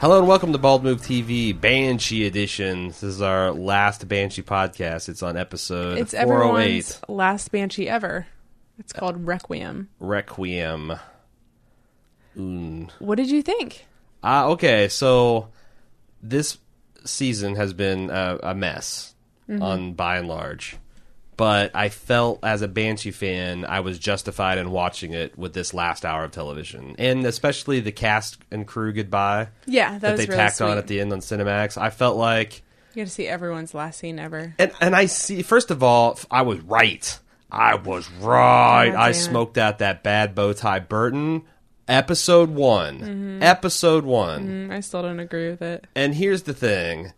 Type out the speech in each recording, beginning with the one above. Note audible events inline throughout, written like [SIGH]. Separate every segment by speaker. Speaker 1: Hello and welcome to Bald Move TV Banshee Edition. This is our last Banshee podcast. It's on episode
Speaker 2: It's
Speaker 1: 408
Speaker 2: everyone's last banshee ever. It's called Requiem.
Speaker 1: Requiem.
Speaker 2: What did you think?
Speaker 1: Ah, okay. So this season has been a, a mess
Speaker 2: Mm-hmm.
Speaker 1: on by and large, but I felt as a Banshee fan, I was justified in watching it with this last hour of television, and especially the cast and crew goodbye
Speaker 2: Yeah, that,
Speaker 1: that
Speaker 2: was
Speaker 1: they
Speaker 2: really
Speaker 1: tacked
Speaker 2: sweet.
Speaker 1: on at the end on Cinemax. I felt like.
Speaker 2: You got to see everyone's last scene ever.
Speaker 1: and and I see. First of all, f- I was right. I was right.
Speaker 2: God
Speaker 1: I
Speaker 2: damn it.
Speaker 1: smoked out that bad bow tie Burton episode one.
Speaker 2: Mm-hmm.
Speaker 1: Episode one.
Speaker 2: Mm, I still don't agree with it.
Speaker 1: And here's the thing.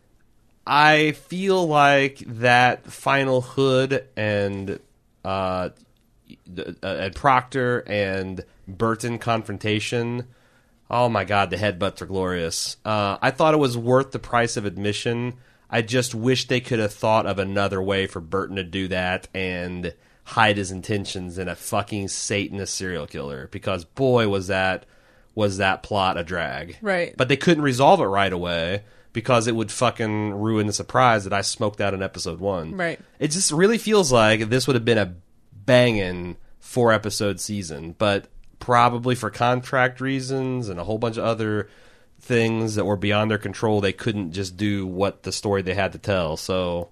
Speaker 1: I feel like that final hood and uh, the- uh, and Proctor and Burton confrontation. Oh my God, the headbutts are glorious. Uh, I thought it was worth the price of admission. I just wish they could have thought of another way for Burton to do that and hide his intentions in a fucking Satanist serial killer. Because boy, was that was that plot a drag?
Speaker 2: Right.
Speaker 1: But they couldn't resolve it right away because it would fucking ruin the surprise that I smoked out in episode one.
Speaker 2: Right.
Speaker 1: It just really feels like this would have been a banging four episode season, but probably for contract reasons and a whole bunch of other things that were beyond their control, they couldn't just do what the story they had to tell. So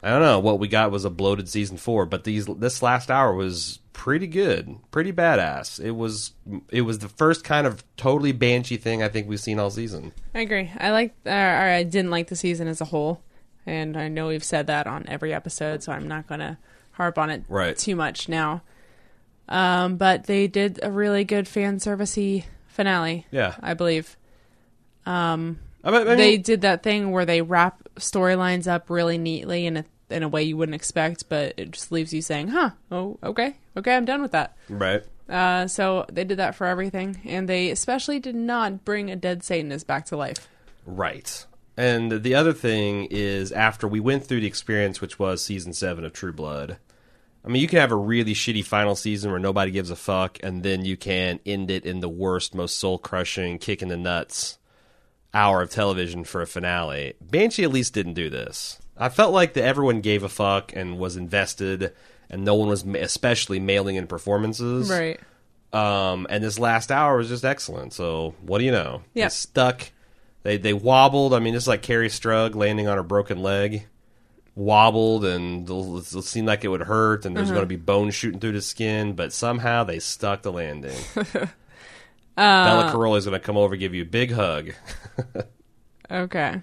Speaker 1: I don't know what we got was a bloated season four, but these this last hour was pretty good, pretty badass. It was it was the first kind of totally banshee thing I think we've seen all season.
Speaker 2: I agree. I like, uh, or I didn't like the season as a whole, and I know we've said that on every episode, so I'm not gonna harp on it
Speaker 1: Right.
Speaker 2: too much now. Um, but they did a really good fan servicey finale.
Speaker 1: Yeah.
Speaker 2: I believe.
Speaker 1: I mean- I mean-
Speaker 2: they did that thing where they wrap storylines up really neatly in a in a way you wouldn't expect, but it just leaves you saying, "Huh? Oh, okay, okay, I'm done with that."
Speaker 1: right.
Speaker 2: Uh, so they did that for everything, and they especially did not bring a dead Satanist back to life.
Speaker 1: Right. And the other thing is, after we went through the experience, which was season seven of True Blood, I mean, you can have a really shitty final season where nobody gives a fuck, and then you can end it in the worst, most soul crushing, kick in the nuts hour of television for a finale. Banshee at least didn't do this. I felt like that everyone gave a fuck and was invested, and no one was ma- especially mailing in performances. Um, and this last hour was just excellent. So what do you know?
Speaker 2: Yeah.
Speaker 1: They stuck. They they wobbled. I mean, this is like Carrie Strug landing on her broken leg, wobbled, and it'll- it'll seem like it would hurt, and there's going to be bone shooting through the skin. But somehow they stuck the landing. Bella Caroli's going to come over, give you a big hug.
Speaker 2: Okay.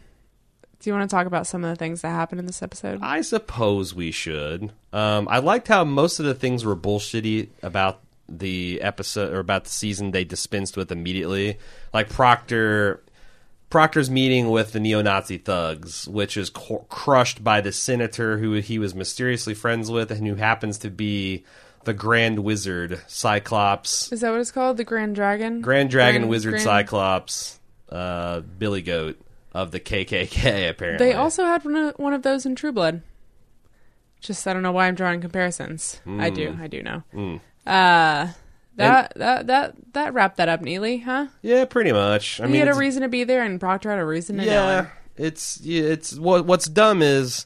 Speaker 2: Do you want to talk about some of the things that happened in this episode?
Speaker 1: I suppose we should. Um, I liked how most of the things were bullshitty about the episode or about the season they dispensed with immediately. Like Proctor Proctor's meeting with the neo-Nazi thugs, which is cor- crushed by the senator who he was mysteriously friends with and who happens to be the Grand Wizard Cyclops,
Speaker 2: Is that what it's called? The Grand Dragon.
Speaker 1: Grand Dragon
Speaker 2: Grand-
Speaker 1: Wizard
Speaker 2: Grand-
Speaker 1: Cyclops, uh, Billy Goat of the KKK apparently.
Speaker 2: They also had one of, one of those in True Blood. Just I don't know why I'm drawing comparisons. I do,
Speaker 1: Mm.
Speaker 2: I do know. Uh, that that that that wrapped that up neatly, huh?
Speaker 1: yeah, pretty much. I
Speaker 2: he
Speaker 1: mean,
Speaker 2: had a
Speaker 1: it's-
Speaker 2: reason to be there, and Proctor had a reason to know.
Speaker 1: Yeah,
Speaker 2: him.
Speaker 1: it's yeah, it's what what's dumb is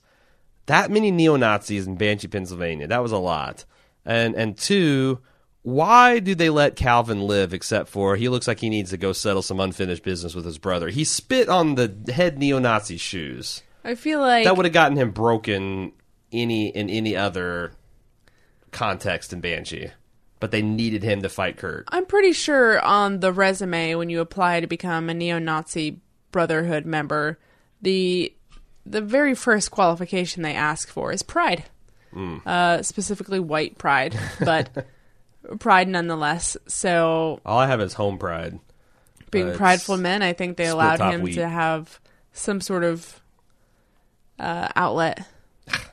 Speaker 1: that many neo Nazis in Banshee, Pennsylvania. That was a lot. And and two, why do they let Calvin live? Except for he looks like he needs to go settle some unfinished business with his brother. He spit on the head neo Nazi shoes.
Speaker 2: I feel like
Speaker 1: That would have gotten him broken any in any other context in Banshee. But they needed him to fight Kurt.
Speaker 2: I'm pretty sure on the resume when you apply to become a neo-Nazi Brotherhood member, the the very first qualification they ask for is pride,
Speaker 1: Mm.
Speaker 2: uh, specifically white pride,
Speaker 1: [LAUGHS]
Speaker 2: but pride nonetheless. So
Speaker 1: All I have is home pride.
Speaker 2: being
Speaker 1: But
Speaker 2: prideful men, I think they allowed
Speaker 1: top
Speaker 2: him
Speaker 1: wheat.
Speaker 2: to have some sort of uh, outlet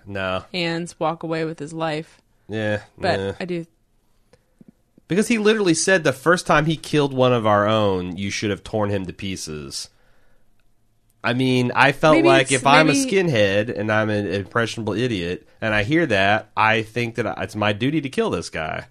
Speaker 1: No.
Speaker 2: and walk away with his life.
Speaker 1: Yeah.
Speaker 2: But
Speaker 1: nah.
Speaker 2: I do
Speaker 1: Because he literally said the first time he killed one of our own, you should have torn him to pieces. I mean, I felt
Speaker 2: Maybe
Speaker 1: like
Speaker 2: it's-
Speaker 1: if I'm a
Speaker 2: maybe-
Speaker 1: skinhead and I'm an impressionable idiot and I hear that, I think that it's my duty to kill this guy.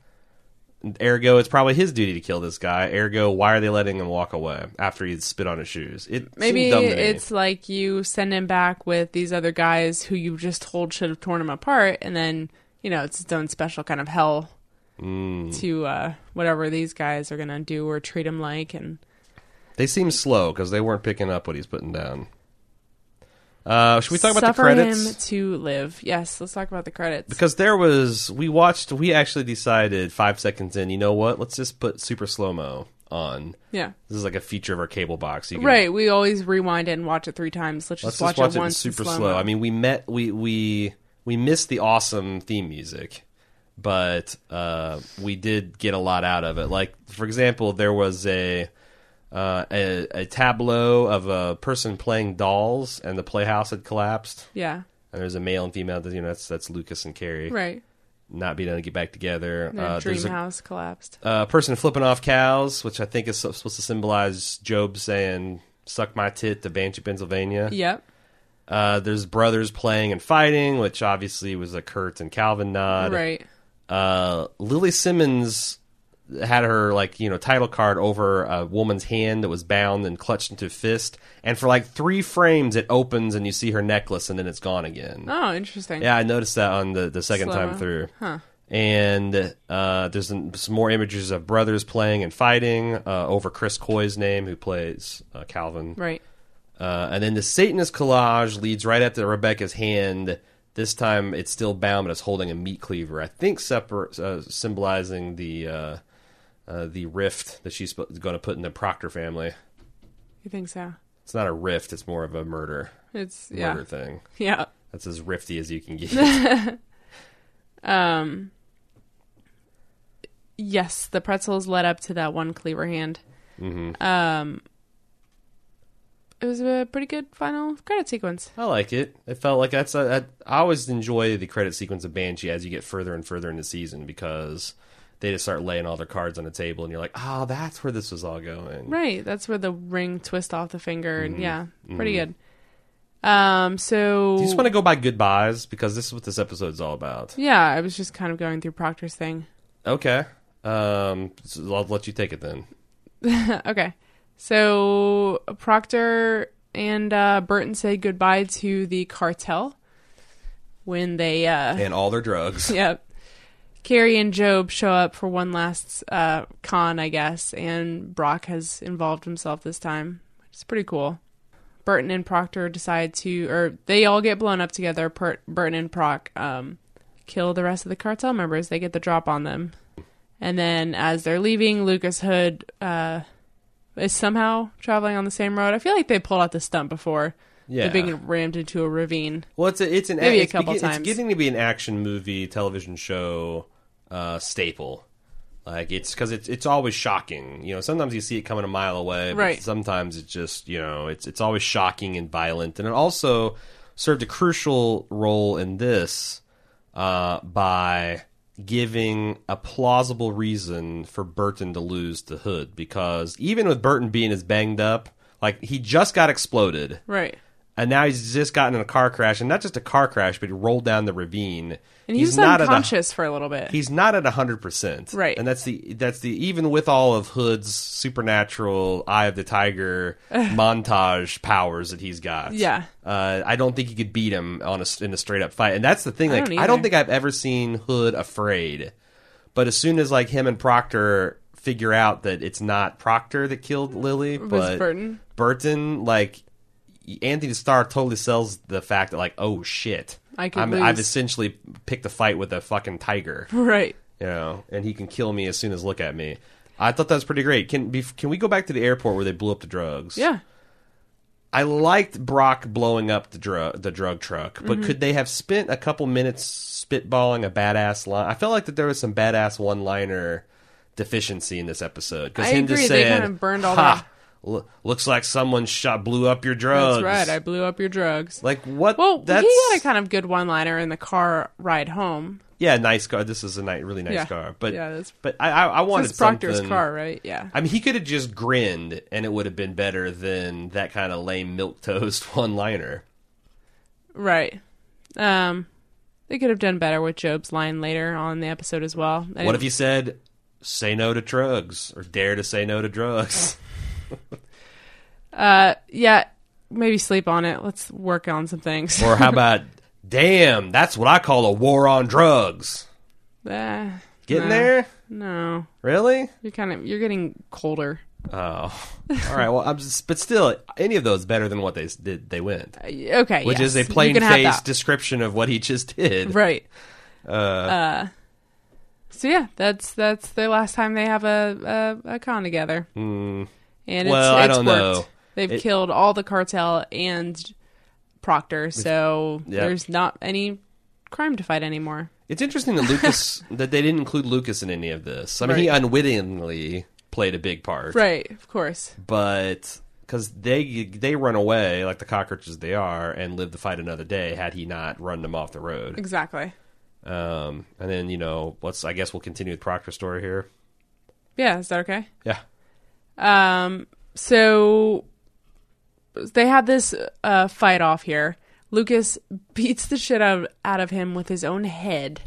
Speaker 1: Ergo, it's probably his duty to kill this guy. Ergo, why are they letting him walk away after he spit on his shoes? It
Speaker 2: Maybe
Speaker 1: seemed dumb to me.
Speaker 2: it's like you send him back with these other guys who you just told should have torn him apart, and then you know it's its own special kind of hell
Speaker 1: Mm.
Speaker 2: to uh, whatever these guys are gonna do or treat him like. And
Speaker 1: They seem slow because they weren't picking up what he's putting down. Uh, should we talk about the
Speaker 2: suffer
Speaker 1: credits?
Speaker 2: him to live. Yes, let's talk about the credits.
Speaker 1: Because there was, we watched, we actually decided five seconds in, you know what? Let's just put super slow mo on.
Speaker 2: yeah,
Speaker 1: This is like a feature of our cable box. You can-
Speaker 2: right. We always rewind it and watch it three times. Let's
Speaker 1: Let's
Speaker 2: just,
Speaker 1: just
Speaker 2: watch,
Speaker 1: watch
Speaker 2: it
Speaker 1: it in
Speaker 2: once. in
Speaker 1: super
Speaker 2: slow-mo.
Speaker 1: slow. I mean, we met, we, we, we missed the awesome theme music, but uh, we did get a lot out of it. Like, for example, there was a, uh, a, a tableau of a person playing dolls and the playhouse had collapsed.
Speaker 2: yeah,
Speaker 1: And there's a male and female, you know, that's, that's Lucas and Carrie.
Speaker 2: right.
Speaker 1: Not being able to get back together.
Speaker 2: Their
Speaker 1: Uh, there's
Speaker 2: dream
Speaker 1: a-
Speaker 2: house collapsed.
Speaker 1: uh, person flipping off cows, which I think is sup- supposed to symbolize Job saying "suck my tit" to Banshee, Pennsylvania.
Speaker 2: Yep.
Speaker 1: Uh, there's brothers playing and fighting, which obviously was a Kurt and Calvin nod.
Speaker 2: Right.
Speaker 1: Uh, Lily Simmons had her like you know title card over a woman's hand that was bound and clutched into a fist, and for like three frames it opens and you see her necklace, and then it's gone again.
Speaker 2: Oh, interesting.
Speaker 1: Yeah, I noticed that on the, the second time
Speaker 2: Slow-mo.
Speaker 1: through. And uh, there's some some more images of brothers playing and fighting uh, over Chris Coy's name, who plays uh, Calvin.
Speaker 2: Right.
Speaker 1: Uh, and then the Satanist collage leads right up to Rebecca's hand. This time it's still bound, but it's holding a meat cleaver. I think separ- uh, symbolizing the uh, uh, the rift that she's going to put in the Proctor family.
Speaker 2: You think so?
Speaker 1: It's not a rift; it's more of a murder
Speaker 2: It's yeah.
Speaker 1: murder thing.
Speaker 2: Yeah.
Speaker 1: That's as rifty as you can
Speaker 2: [LAUGHS]
Speaker 1: get.
Speaker 2: Yes, the pretzels led up to that one cleaver hand.
Speaker 1: Mm-hmm.
Speaker 2: Um, it was a pretty good final credit sequence.
Speaker 1: I like it. It felt like that's a, that- I always enjoy the credit sequence of Banshee as you get further and further in the season because they just start laying all their cards on the table and you're like, oh, that's where this was all going.
Speaker 2: Right, that's where the ring twist off the finger. and Yeah, pretty good. Um, so
Speaker 1: Mm-hmm. Do you just want to go by goodbyes because this is what this episode's all about.
Speaker 2: yeah, I was just kind of going through Proctor's thing.
Speaker 1: Okay. Um, so I'll let you take it then.
Speaker 2: Okay. So Proctor and uh, Burton said goodbye to the cartel when they uh,
Speaker 1: And all their drugs.
Speaker 2: Yep. Carrie and Job show up for one last uh, con, I guess, and Brock has involved himself this time, which is pretty cool. Burton and Proctor decide to, or they all get blown up together. Per- Burton and Proc um, kill the rest of the cartel members. They get the drop on them. And then as they're leaving, Lucas Hood uh, is somehow traveling on the same road. I feel like they pulled out the stunt before.
Speaker 1: Yeah.
Speaker 2: They're being rammed into a ravine.
Speaker 1: Well, it's a, it's an
Speaker 2: Maybe a
Speaker 1: it's
Speaker 2: couple
Speaker 1: begin-
Speaker 2: times.
Speaker 1: It's getting to be an action movie, television show uh, staple. Like it's because it's it's always shocking. You know, sometimes you see it coming a mile away, but
Speaker 2: Right.
Speaker 1: Sometimes it's just you know it's it's always shocking and violent, and it also served a crucial role in this uh, by giving a plausible reason for Burton to lose the hood because even with Burton being as banged up, like he just got exploded,
Speaker 2: Right.
Speaker 1: and now he's just gotten in a car crash, and not just a car crash, but he rolled down the ravine.
Speaker 2: And he was
Speaker 1: not
Speaker 2: unconscious for a little bit.
Speaker 1: At a, he's not at hundred percent,
Speaker 2: Right.
Speaker 1: And that's the that's the even with all of Hood's supernatural Eye of the
Speaker 2: [SIGHS]
Speaker 1: Tiger montage powers that he's got.
Speaker 2: Yeah.
Speaker 1: uh, I don't think you could beat him on a, in a straight up fight. And that's the thing. Like,
Speaker 2: don't
Speaker 1: I don't
Speaker 2: either.
Speaker 1: think I've ever seen Hood afraid. But as soon as like him and Proctor figure out that it's not Proctor that killed Lily, but
Speaker 2: Burton.
Speaker 1: Burton, like Anthony Starr totally sells the fact that like, oh shit,
Speaker 2: I could
Speaker 1: I'm, I've
Speaker 2: lose.
Speaker 1: essentially picked a fight with a fucking tiger,
Speaker 2: [LAUGHS] right.
Speaker 1: you know, and he can kill me as soon as look at me. I thought that was pretty great. Can bef- can we go back to the airport where they blew up the drugs?
Speaker 2: Yeah.
Speaker 1: I liked Brock blowing up the drug the drug truck, but
Speaker 2: Mm-hmm.
Speaker 1: could they have spent a couple minutes spitballing a badass line? I felt like that there was some badass one liner deficiency in this episode because
Speaker 2: I
Speaker 1: him
Speaker 2: agree,
Speaker 1: just
Speaker 2: they
Speaker 1: saying,
Speaker 2: kinda burned all
Speaker 1: "Ha, lo- looks like someone shot blew up your drugs."
Speaker 2: That's right. I blew up your drugs.
Speaker 1: like what?
Speaker 2: Well,
Speaker 1: that's
Speaker 2: he got a kind of good one-liner in the car ride home.
Speaker 1: yeah, nice car. This is a nice, really nice
Speaker 2: Yeah.
Speaker 1: car, but
Speaker 2: Yeah, that's-
Speaker 1: but I I, I wanted
Speaker 2: It's Proctor's
Speaker 1: something-
Speaker 2: car, right? Yeah.
Speaker 1: I mean, he could have just grinned, and it would have been better than that kind of lame milk toast [LAUGHS] one liner.
Speaker 2: Right. Um, they could have done better with Job's line later on in the episode as well. I
Speaker 1: What
Speaker 2: didn't-
Speaker 1: if you said, "Say no to drugs" or "Dare to say no to
Speaker 2: [LAUGHS]
Speaker 1: drugs"?
Speaker 2: Yeah, maybe sleep on it. Let's work on some [LAUGHS] things.
Speaker 1: or how about, "Damn, that's what I call a war on drugs."
Speaker 2: Eh,
Speaker 1: Getting
Speaker 2: no.
Speaker 1: there,
Speaker 2: No,
Speaker 1: really?
Speaker 2: you're kind of you're getting colder.
Speaker 1: Oh, all right. Well, I'm just, but still, any of those better than what they s- did. They went,
Speaker 2: Uh, y- Okay,
Speaker 1: which is a
Speaker 2: yes, you
Speaker 1: plain
Speaker 2: can have
Speaker 1: face
Speaker 2: that.
Speaker 1: description of what he just did.
Speaker 2: right. Uh, So yeah, that's that's the last time they have a a, a con together. Mm. And it's,
Speaker 1: hmm. Well,
Speaker 2: it's
Speaker 1: I don't
Speaker 2: worked.
Speaker 1: know.
Speaker 2: They've
Speaker 1: It-
Speaker 2: killed all the cartel and Proctor, so
Speaker 1: Yeah.
Speaker 2: there's not any crime to fight anymore.
Speaker 1: It's interesting that Lucas that they didn't include Lucas in any of this. I mean, he
Speaker 2: Right.
Speaker 1: unwittingly played a big part,
Speaker 2: Right, of course.
Speaker 1: but because they they run away like the cockroaches they are and live to fight another day had he not run them off the road
Speaker 2: Exactly.
Speaker 1: um and then you know let's i guess we'll continue with proctor's story here
Speaker 2: Yeah, is that okay?
Speaker 1: yeah
Speaker 2: Um, so they had this uh, fight off here. Lucas [LAUGHS] beats the shit out out of him with his own head.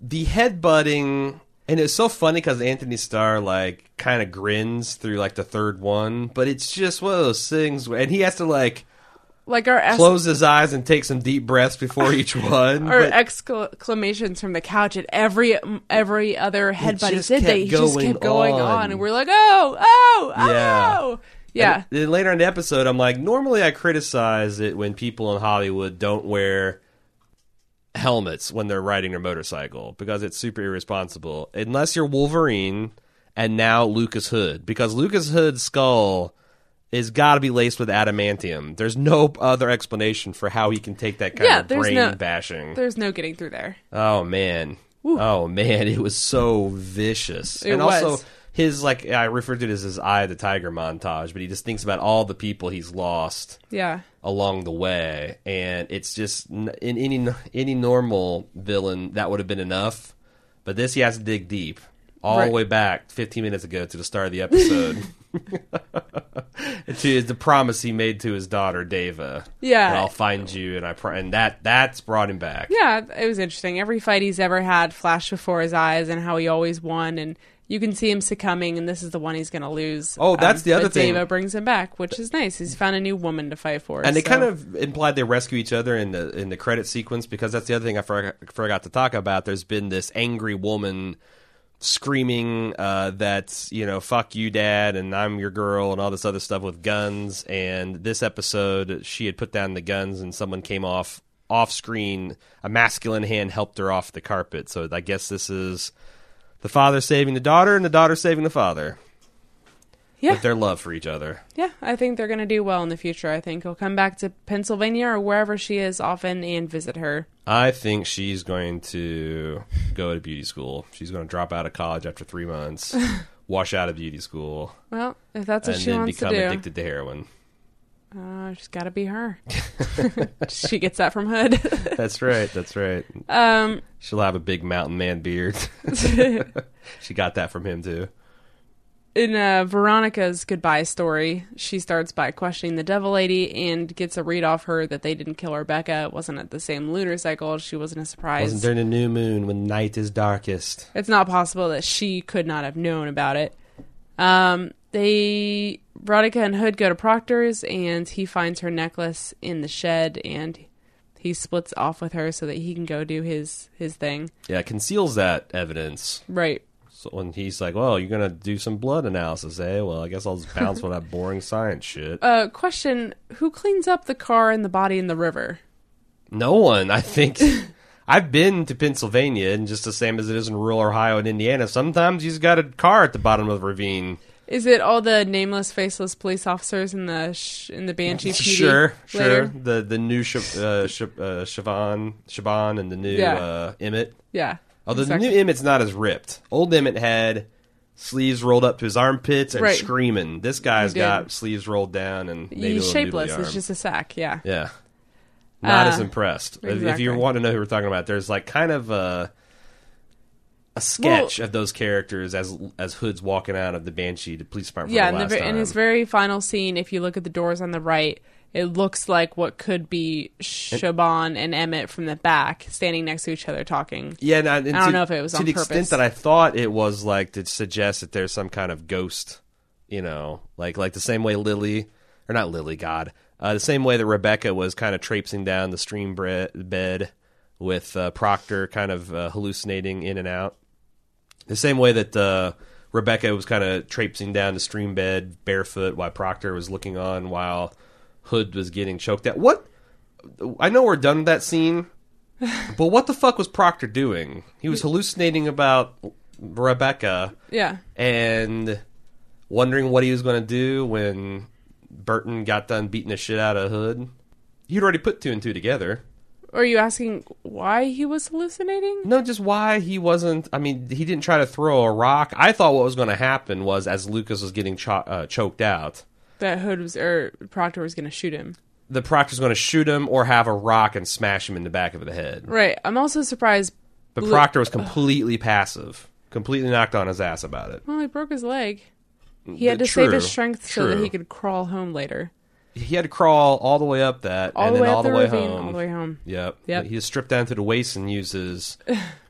Speaker 1: the headbutting and it's so funny because anthony starr like kind of grins through like the third one but it's just one of those things where, and he has to like
Speaker 2: Like our ex-
Speaker 1: close his eyes and take some deep breaths before each one
Speaker 2: our
Speaker 1: but-
Speaker 2: exclamations from the couch at every every other headbutt he
Speaker 1: just
Speaker 2: did. They
Speaker 1: kept
Speaker 2: just
Speaker 1: going
Speaker 2: kept going on.
Speaker 1: on.
Speaker 2: and we're like, oh, oh,
Speaker 1: Yeah.
Speaker 2: oh, yeah,
Speaker 1: And then later in the episode, I'm like, normally I criticize it when people in Hollywood don't wear helmets when they're riding their motorcycle because it's super irresponsible. Unless you're Wolverine and now Lucas Hood, because Lucas Hood's skull is got to be laced with adamantium. There's no other explanation for how he can take that kind
Speaker 2: Yeah,
Speaker 1: of
Speaker 2: there's
Speaker 1: brain
Speaker 2: no-
Speaker 1: bashing.
Speaker 2: There's no getting through there.
Speaker 1: Oh man. Oh man, [LAUGHS] it was so vicious.
Speaker 2: It
Speaker 1: and
Speaker 2: was.
Speaker 1: also his like I referred to it as his eye of the tiger montage, but he just thinks about all the people he's lost
Speaker 2: Yeah,
Speaker 1: along the way and it's just n- in any any normal villain that would have been enough. But this he has to dig deep all
Speaker 2: Right.
Speaker 1: the way back 15 minutes ago to the start of the
Speaker 2: [LAUGHS]
Speaker 1: episode. [LAUGHS] to the promise he made to his daughter Deva.
Speaker 2: Yeah.
Speaker 1: And I'll find you and I pr- and that that's brought him back.
Speaker 2: yeah, it was interesting. Every fight he's ever had flashed before his eyes, and how he always won, and you can see him succumbing, and this is the one he's going to lose. Um,
Speaker 1: Oh, that's the other
Speaker 2: but
Speaker 1: thing.
Speaker 2: Deva brings him back, which is nice. He's found a new woman to fight for,
Speaker 1: and they
Speaker 2: so-
Speaker 1: kind of implied they rescue each other in the in the credit sequence because that's the other thing I forgot, forgot to talk about. There's been this angry woman screaming uh, that you know fuck you dad and I'm your girl and all this other stuff with guns and this episode she had put down the guns and someone came off off screen a masculine hand helped her off the carpet so I guess this is the father saving the daughter and the daughter saving the father
Speaker 2: Yeah.
Speaker 1: with their love for each other
Speaker 2: yeah, I think they're going to do well in the future. I think he'll come back to Pennsylvania or wherever she is often and visit her.
Speaker 1: I think she's going to go to beauty school. She's going to drop out of college after three months,
Speaker 2: [LAUGHS]
Speaker 1: wash out of beauty school,
Speaker 2: Well, if that's what
Speaker 1: and
Speaker 2: she
Speaker 1: then
Speaker 2: wants to
Speaker 1: become
Speaker 2: do,
Speaker 1: addicted to heroin.
Speaker 2: uh, she's got to be her. [LAUGHS] she gets that from Hood. [LAUGHS]
Speaker 1: That's right. That's right.
Speaker 2: um,
Speaker 1: She'll have a big mountain man
Speaker 2: [LAUGHS]
Speaker 1: beard. [LAUGHS] she got that from him too.
Speaker 2: in uh, Veronica's goodbye story, she starts by questioning the Devil Lady and gets a read off her that they didn't kill Rebecca. It wasn't at the same lunar cycle. She wasn't a surprise.
Speaker 1: Wasn't during the new moon when night is darkest.
Speaker 2: it's not possible that she could not have known about it. Um, they Veronica and Hood go to Proctor's, and he finds her necklace in the shed, and he splits off with her so that he can go do his his thing.
Speaker 1: Yeah, it conceals that evidence.
Speaker 2: Right.
Speaker 1: So when he's like, "Well, you're gonna do some blood analysis, eh? Well, I guess I'll just
Speaker 2: [LAUGHS]
Speaker 1: bounce with that boring science shit."
Speaker 2: Uh, question: Who cleans up the car and the body in the river?
Speaker 1: No one, I think. [LAUGHS] I've been to Pennsylvania, and just the same as it is in rural Ohio and Indiana, sometimes you just got a car at the bottom of a ravine
Speaker 2: Is it all the nameless, faceless police officers in the sh- in the Banshee? PD
Speaker 1: Sure, sure.
Speaker 2: later?
Speaker 1: The the new Sh- uh, Sh- uh, Siobhan, Siobhan and the new
Speaker 2: Yeah.
Speaker 1: uh, Emmett.
Speaker 2: Yeah.
Speaker 1: Although
Speaker 2: Exactly.
Speaker 1: the new Emmett's not as ripped. Old Emmett had sleeves rolled up to his armpits and
Speaker 2: Right.
Speaker 1: screaming. This guy's
Speaker 2: did.
Speaker 1: got sleeves rolled down and maybe a
Speaker 2: he's
Speaker 1: little doobly
Speaker 2: shapeless.
Speaker 1: arm.
Speaker 2: It's just a sack. Yeah.
Speaker 1: yeah. Not
Speaker 2: Uh,
Speaker 1: as impressed. If- If
Speaker 2: exactly.
Speaker 1: you want to know who we're talking about, there's like kind of a a sketch of those characters as as Hood's walking out of the Banshee to police department. for the
Speaker 2: Yeah. In, the,
Speaker 1: last
Speaker 2: ve-
Speaker 1: time.
Speaker 2: in his very final scene, if you look at the doors on the right, it looks like what could be Shaban and Emmett from the back standing next to each other talking.
Speaker 1: Yeah, and, I and
Speaker 2: I don't
Speaker 1: to-
Speaker 2: know if it was
Speaker 1: to
Speaker 2: on
Speaker 1: the extent
Speaker 2: purpose.
Speaker 1: that I thought it was like to suggest that there's some kind of ghost, you know, like like the same way Lily or not Lily, God, uh, the same way that Rebecca was kind of traipsing down the stream bre- bed with uh, Proctor, kind of uh, hallucinating in and out. The same way that uh, Rebecca was kind of traipsing down the stream bed barefoot while Proctor was looking on while Hood was getting choked out. What? I know we're done with that scene, but what the fuck was Proctor doing? He was hallucinating about Rebecca
Speaker 2: Yeah.
Speaker 1: and wondering what he was going to do when Burton got done beating the shit out of Hood. He'd already put two and two together.
Speaker 2: Or are you asking why he was hallucinating?
Speaker 1: No, just why he wasn't. I mean, he didn't try to throw a rock. I thought what was going to happen was as Lucas was getting cho- uh, choked out,
Speaker 2: That Hood was or Proctor was going to shoot him.
Speaker 1: the proctor's going to shoot him or have a rock and smash him in the back of the head.
Speaker 2: Right. I'm also surprised.
Speaker 1: But
Speaker 2: Lu-
Speaker 1: Proctor was completely passive, completely knocked on his ass about it.
Speaker 2: Well, he broke his leg. He had to
Speaker 1: The-
Speaker 2: save his
Speaker 1: true,
Speaker 2: strength so that
Speaker 1: true.
Speaker 2: he could crawl home later.
Speaker 1: He had to crawl all the way up that
Speaker 2: All
Speaker 1: and
Speaker 2: the
Speaker 1: then
Speaker 2: way
Speaker 1: all
Speaker 2: up
Speaker 1: the,
Speaker 2: the,
Speaker 1: way
Speaker 2: ravine,
Speaker 1: home.
Speaker 2: all the way home.
Speaker 1: Yep.
Speaker 2: Yep.
Speaker 1: He was stripped down to the waist and
Speaker 2: [LAUGHS]
Speaker 1: uses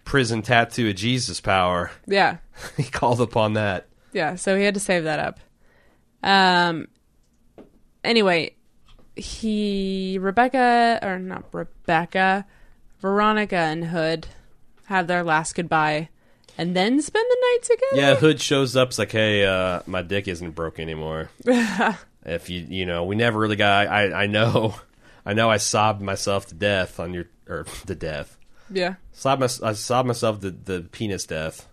Speaker 1: prison tattoo of Jesus power. [LAUGHS]
Speaker 2: Yeah.
Speaker 1: he called upon that.
Speaker 2: Yeah, so he had to save that up. Um anyway, he Rebecca or not Rebecca, Veronica and Hood have their last goodbye and then spend the night together.
Speaker 1: Yeah, Hood shows up. It's like, hey, uh, my dick isn't broke
Speaker 2: [LAUGHS]
Speaker 1: anymore. if you, you know, we never really got. I, I know, [LAUGHS] I know. I sobbed myself to death on your or [LAUGHS] to death.
Speaker 2: Yeah.
Speaker 1: Sobbed my, I sobbed myself to the penis death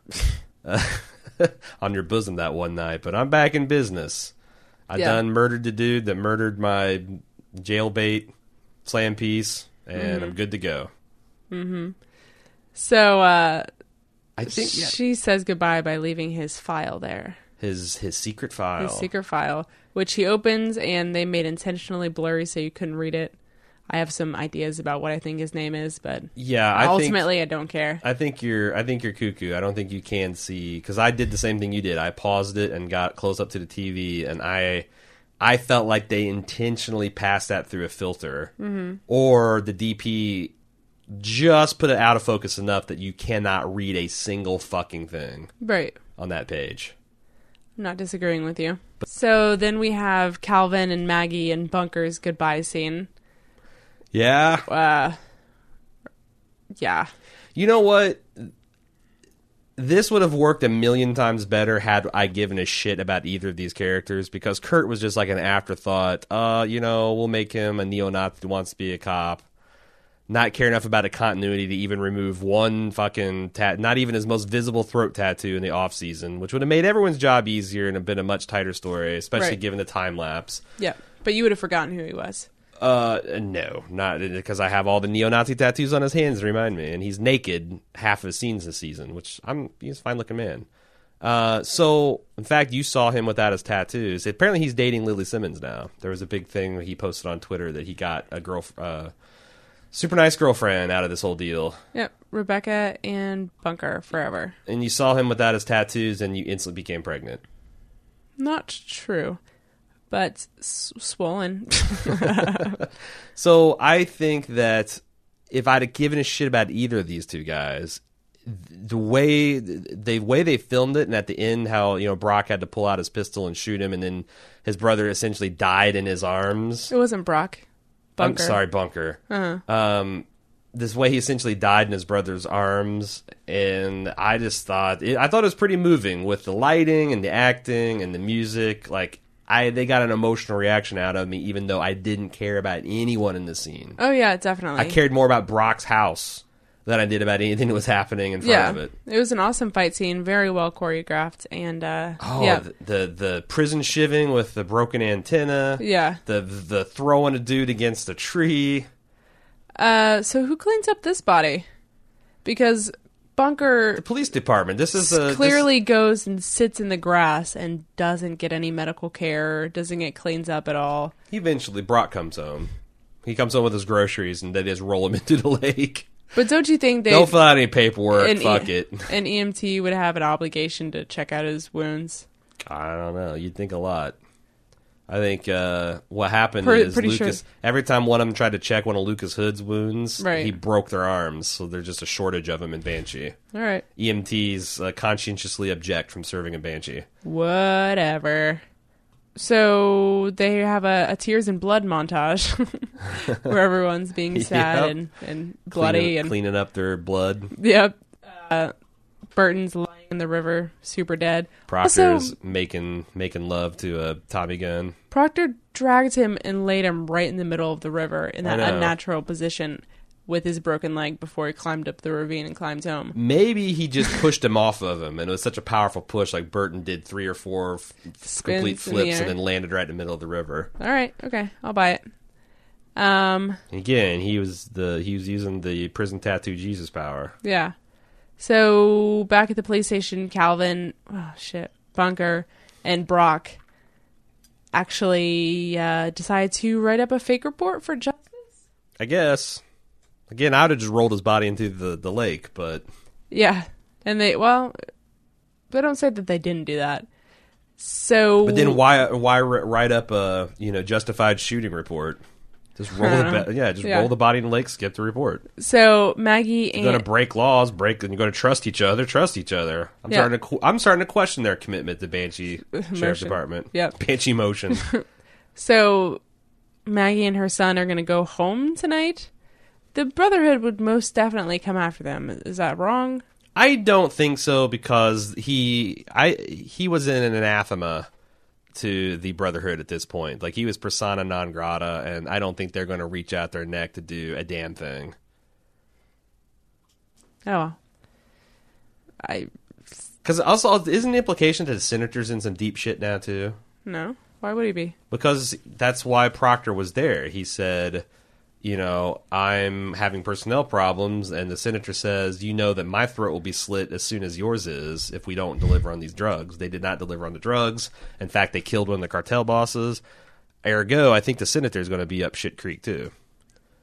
Speaker 1: uh, [LAUGHS] on your bosom that one night. But I'm back in business. I
Speaker 2: Yeah.
Speaker 1: done murdered the dude that murdered my jailbait slam piece, and
Speaker 2: Mm-hmm.
Speaker 1: I'm good to go.
Speaker 2: So uh
Speaker 1: I think yeah,
Speaker 2: she says goodbye by leaving his file there.
Speaker 1: his his secret file.
Speaker 2: His secret file, which he opens and they made intentionally blurry so you couldn't read it. I have some ideas about what I think his name is, but
Speaker 1: yeah, I think-
Speaker 2: ultimately I don't care.
Speaker 1: I think you're. I think you're cuckoo. I don't think you can see because I did the same thing you did. I paused it and got close up to the TV, and I, I felt like they intentionally passed that through a filter, or the DP just put it out of focus enough that you cannot read a single fucking thing
Speaker 2: Right.
Speaker 1: on that page.
Speaker 2: I'm not disagreeing with you. So then we have Calvin and Maggie and Bunker's goodbye scene.
Speaker 1: Yeah,
Speaker 2: Yeah.
Speaker 1: you know what? This would have worked a million times better had I given a shit about either of these characters because Kurt was just like an afterthought. Uh, you know, we'll make him a neo-Nazi who wants to be a cop. Not care enough about a continuity to even remove one fucking tat, not even his most visible throat tattoo in the off season, which would have made everyone's job easier and have been a much tighter story, especially
Speaker 2: Right.
Speaker 1: given the time lapse.
Speaker 2: Yeah. But you would have forgotten who he was.
Speaker 1: Uh, no, not because I have all the neo-Nazi tattoos on his hands. to Remind me, and he's naked half of scenes this season, which I'm he's a fine looking man. Uh, so in fact, you saw him without his tattoos. Apparently, he's dating Lily Simmons now. There was a big thing he posted on Twitter that he got a girl, uh, super nice girlfriend out of this whole deal.
Speaker 2: Yep. Rebecca and Bunker forever.
Speaker 1: And you saw him without his tattoos, and you instantly became pregnant.
Speaker 2: Not true. But s- swollen. [LAUGHS]
Speaker 1: So I think that if I'd have given a shit about either of these two guys, th- the way the way they filmed it, and at the end, how you know Brock had to pull out his pistol and shoot him, and then his brother essentially died in his arms.
Speaker 2: it wasn't Brock. Bunker.
Speaker 1: I'm sorry, Bunker. Um, this way he essentially died in his brother's arms, and I just thought it, I thought it was pretty moving with the lighting and the acting and the music. Like I, they got an emotional reaction out of me, even though I didn't care about anyone in the scene.
Speaker 2: Oh, yeah, definitely.
Speaker 1: I cared more about Brock's house. than I did about anything that was happening in front
Speaker 2: yeah,
Speaker 1: of it.
Speaker 2: was an awesome fight scene, very well choreographed, and uh,
Speaker 1: Oh,
Speaker 2: yeah,
Speaker 1: the, the the prison shivving with the broken antenna.
Speaker 2: yeah.
Speaker 1: The the throwing a dude against a tree.
Speaker 2: Uh, so who cleans up this body? Because Bunker
Speaker 1: The police department. This is a,
Speaker 2: clearly goes and sits in the grass and doesn't get any medical care, doesn't get cleans up at all.
Speaker 1: this- eventually, Brock comes home. He comes home with his groceries, and they just roll him [LAUGHS] into the lake.
Speaker 2: But don't you think they
Speaker 1: Don't fill out any paperwork.
Speaker 2: an E-
Speaker 1: Fuck it.
Speaker 2: an EMT would have an obligation to check out his wounds?
Speaker 1: I don't know. You'd think a lot. I think uh, what happened
Speaker 2: Pre-
Speaker 1: is
Speaker 2: pretty sure-
Speaker 1: Lucas. Every time one of them tried to check one of Lucas Hood's wounds,
Speaker 2: Right.
Speaker 1: he broke their arms, so there's just a shortage of them in Banshee.
Speaker 2: All right,
Speaker 1: EMTs uh, conscientiously object from serving in Banshee.
Speaker 2: whatever. So they have a, a tears and blood montage [LAUGHS] where everyone's
Speaker 1: [LAUGHS]
Speaker 2: being sad
Speaker 1: Yep.
Speaker 2: and, and bloody
Speaker 1: cleaning,
Speaker 2: and
Speaker 1: cleaning up their blood.
Speaker 2: [LAUGHS] Yep. Uh, Burton's lying in the river, super dead.
Speaker 1: Proctor's
Speaker 2: Also,
Speaker 1: making making love to a Tommy gun.
Speaker 2: Proctor dragged him and laid him right in the middle of the river in that
Speaker 1: I know.
Speaker 2: unnatural position with his broken leg before he climbed up the ravine and climbed home.
Speaker 1: Maybe he
Speaker 2: [LAUGHS]
Speaker 1: just pushed him off of him, and it was such a powerful push. Like Burton did three or four f- complete
Speaker 2: Spins in the
Speaker 1: flips,
Speaker 2: air.
Speaker 1: and then landed right in the middle of the river.
Speaker 2: All right, okay, I'll buy it. Um,
Speaker 1: Again, he was the he was using the prison tattoo Jesus power.
Speaker 2: yeah. So back at the police station, Calvin, oh shit, Bunker, and Brock actually uh, decide to write up a fake report for justice.
Speaker 1: I guess. Again, I would have just rolled his body into the, the lake, but
Speaker 2: Yeah. And they well they don't say that they didn't do that. So
Speaker 1: but then why why ri- write up a you know justified shooting report? Just roll
Speaker 2: I
Speaker 1: the
Speaker 2: don't know.
Speaker 1: ba- yeah, just
Speaker 2: Uh-huh. Yeah.
Speaker 1: roll the body in the lake, skip the report.
Speaker 2: so Maggie
Speaker 1: You're
Speaker 2: and
Speaker 1: gonna break laws, break, and you're gonna trust each other. Trust each other. I'm
Speaker 2: Yeah.
Speaker 1: starting to. Qu- I'm starting to question their commitment to
Speaker 2: [LAUGHS]
Speaker 1: Banshee Sheriff
Speaker 2: Motion.
Speaker 1: Department.
Speaker 2: Yep.
Speaker 1: Banshee motion.
Speaker 2: so Maggie and her son are going to go home tonight. The brotherhood would most definitely come after them. Is that wrong?
Speaker 1: I don't think so because he I he was in an anathema to the Brotherhood at this point. Like he was persona non grata, and I don't think they're going to reach out their neck to do a damn thing.
Speaker 2: Oh. well. I
Speaker 1: Because also, isn't the implication that the senator's in some deep shit now too?
Speaker 2: no. Why would he be?
Speaker 1: because that's why Proctor was there. He said, you know, I'm having personnel problems, and the senator says, you know, that my throat will be slit as soon as yours is if we don't deliver on these drugs. They did not deliver on the drugs. In fact, they killed one of the cartel bosses. Ergo, I think the senator is going to be up shit creek too.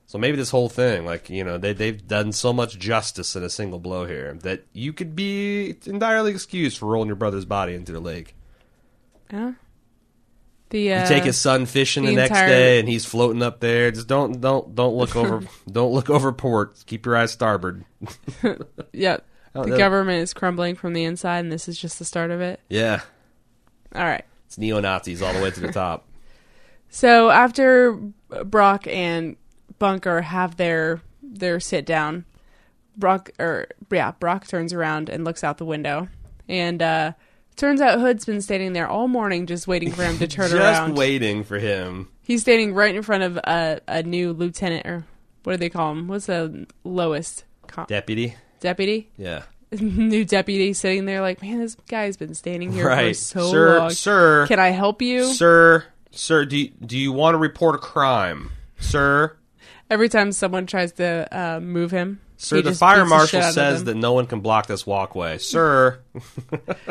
Speaker 1: So maybe this whole thing, like you know, they they've done so much justice in a single blow here that you could be entirely excused for rolling your brother's body into the lake.
Speaker 2: Huh? The uh,
Speaker 1: You take his son fishing the,
Speaker 2: the
Speaker 1: next
Speaker 2: entire-
Speaker 1: day, and he's floating up there. Just don't, don't, don't look over, [LAUGHS] don't look over port. Keep your eyes starboard.
Speaker 2: Yep.
Speaker 1: Oh,
Speaker 2: the
Speaker 1: no.
Speaker 2: government is crumbling from the inside and this is just the start of it.
Speaker 1: Yeah,
Speaker 2: All right.
Speaker 1: it's neo Nazis all the way to the top.
Speaker 2: So after Brock and Bunker have their their sit down, Brock or yeah, Brock turns around and looks out the window, and uh, turns out Hood's been standing there all morning just waiting for him
Speaker 1: [LAUGHS]
Speaker 2: to [LAUGHS] turn
Speaker 1: Just
Speaker 2: around.
Speaker 1: waiting for him.
Speaker 2: He's standing right in front of a a new lieutenant or what do they call him? What's the lowest co-
Speaker 1: Deputy.
Speaker 2: deputy?
Speaker 1: Yeah.
Speaker 2: [LAUGHS] new deputy sitting there like, man, this guy's been standing here for
Speaker 1: Right.
Speaker 2: so
Speaker 1: Sir-
Speaker 2: long.
Speaker 1: sir.
Speaker 2: can I help you?
Speaker 1: Sir, sir, do you, do you want to report a crime, sir?
Speaker 2: Every time someone tries to uh, move him,
Speaker 1: Sir,
Speaker 2: he
Speaker 1: the
Speaker 2: just
Speaker 1: fire
Speaker 2: beats the shit
Speaker 1: marshal
Speaker 2: out of
Speaker 1: says
Speaker 2: them.
Speaker 1: that no one can block this walkway,
Speaker 2: [LAUGHS]
Speaker 1: sir.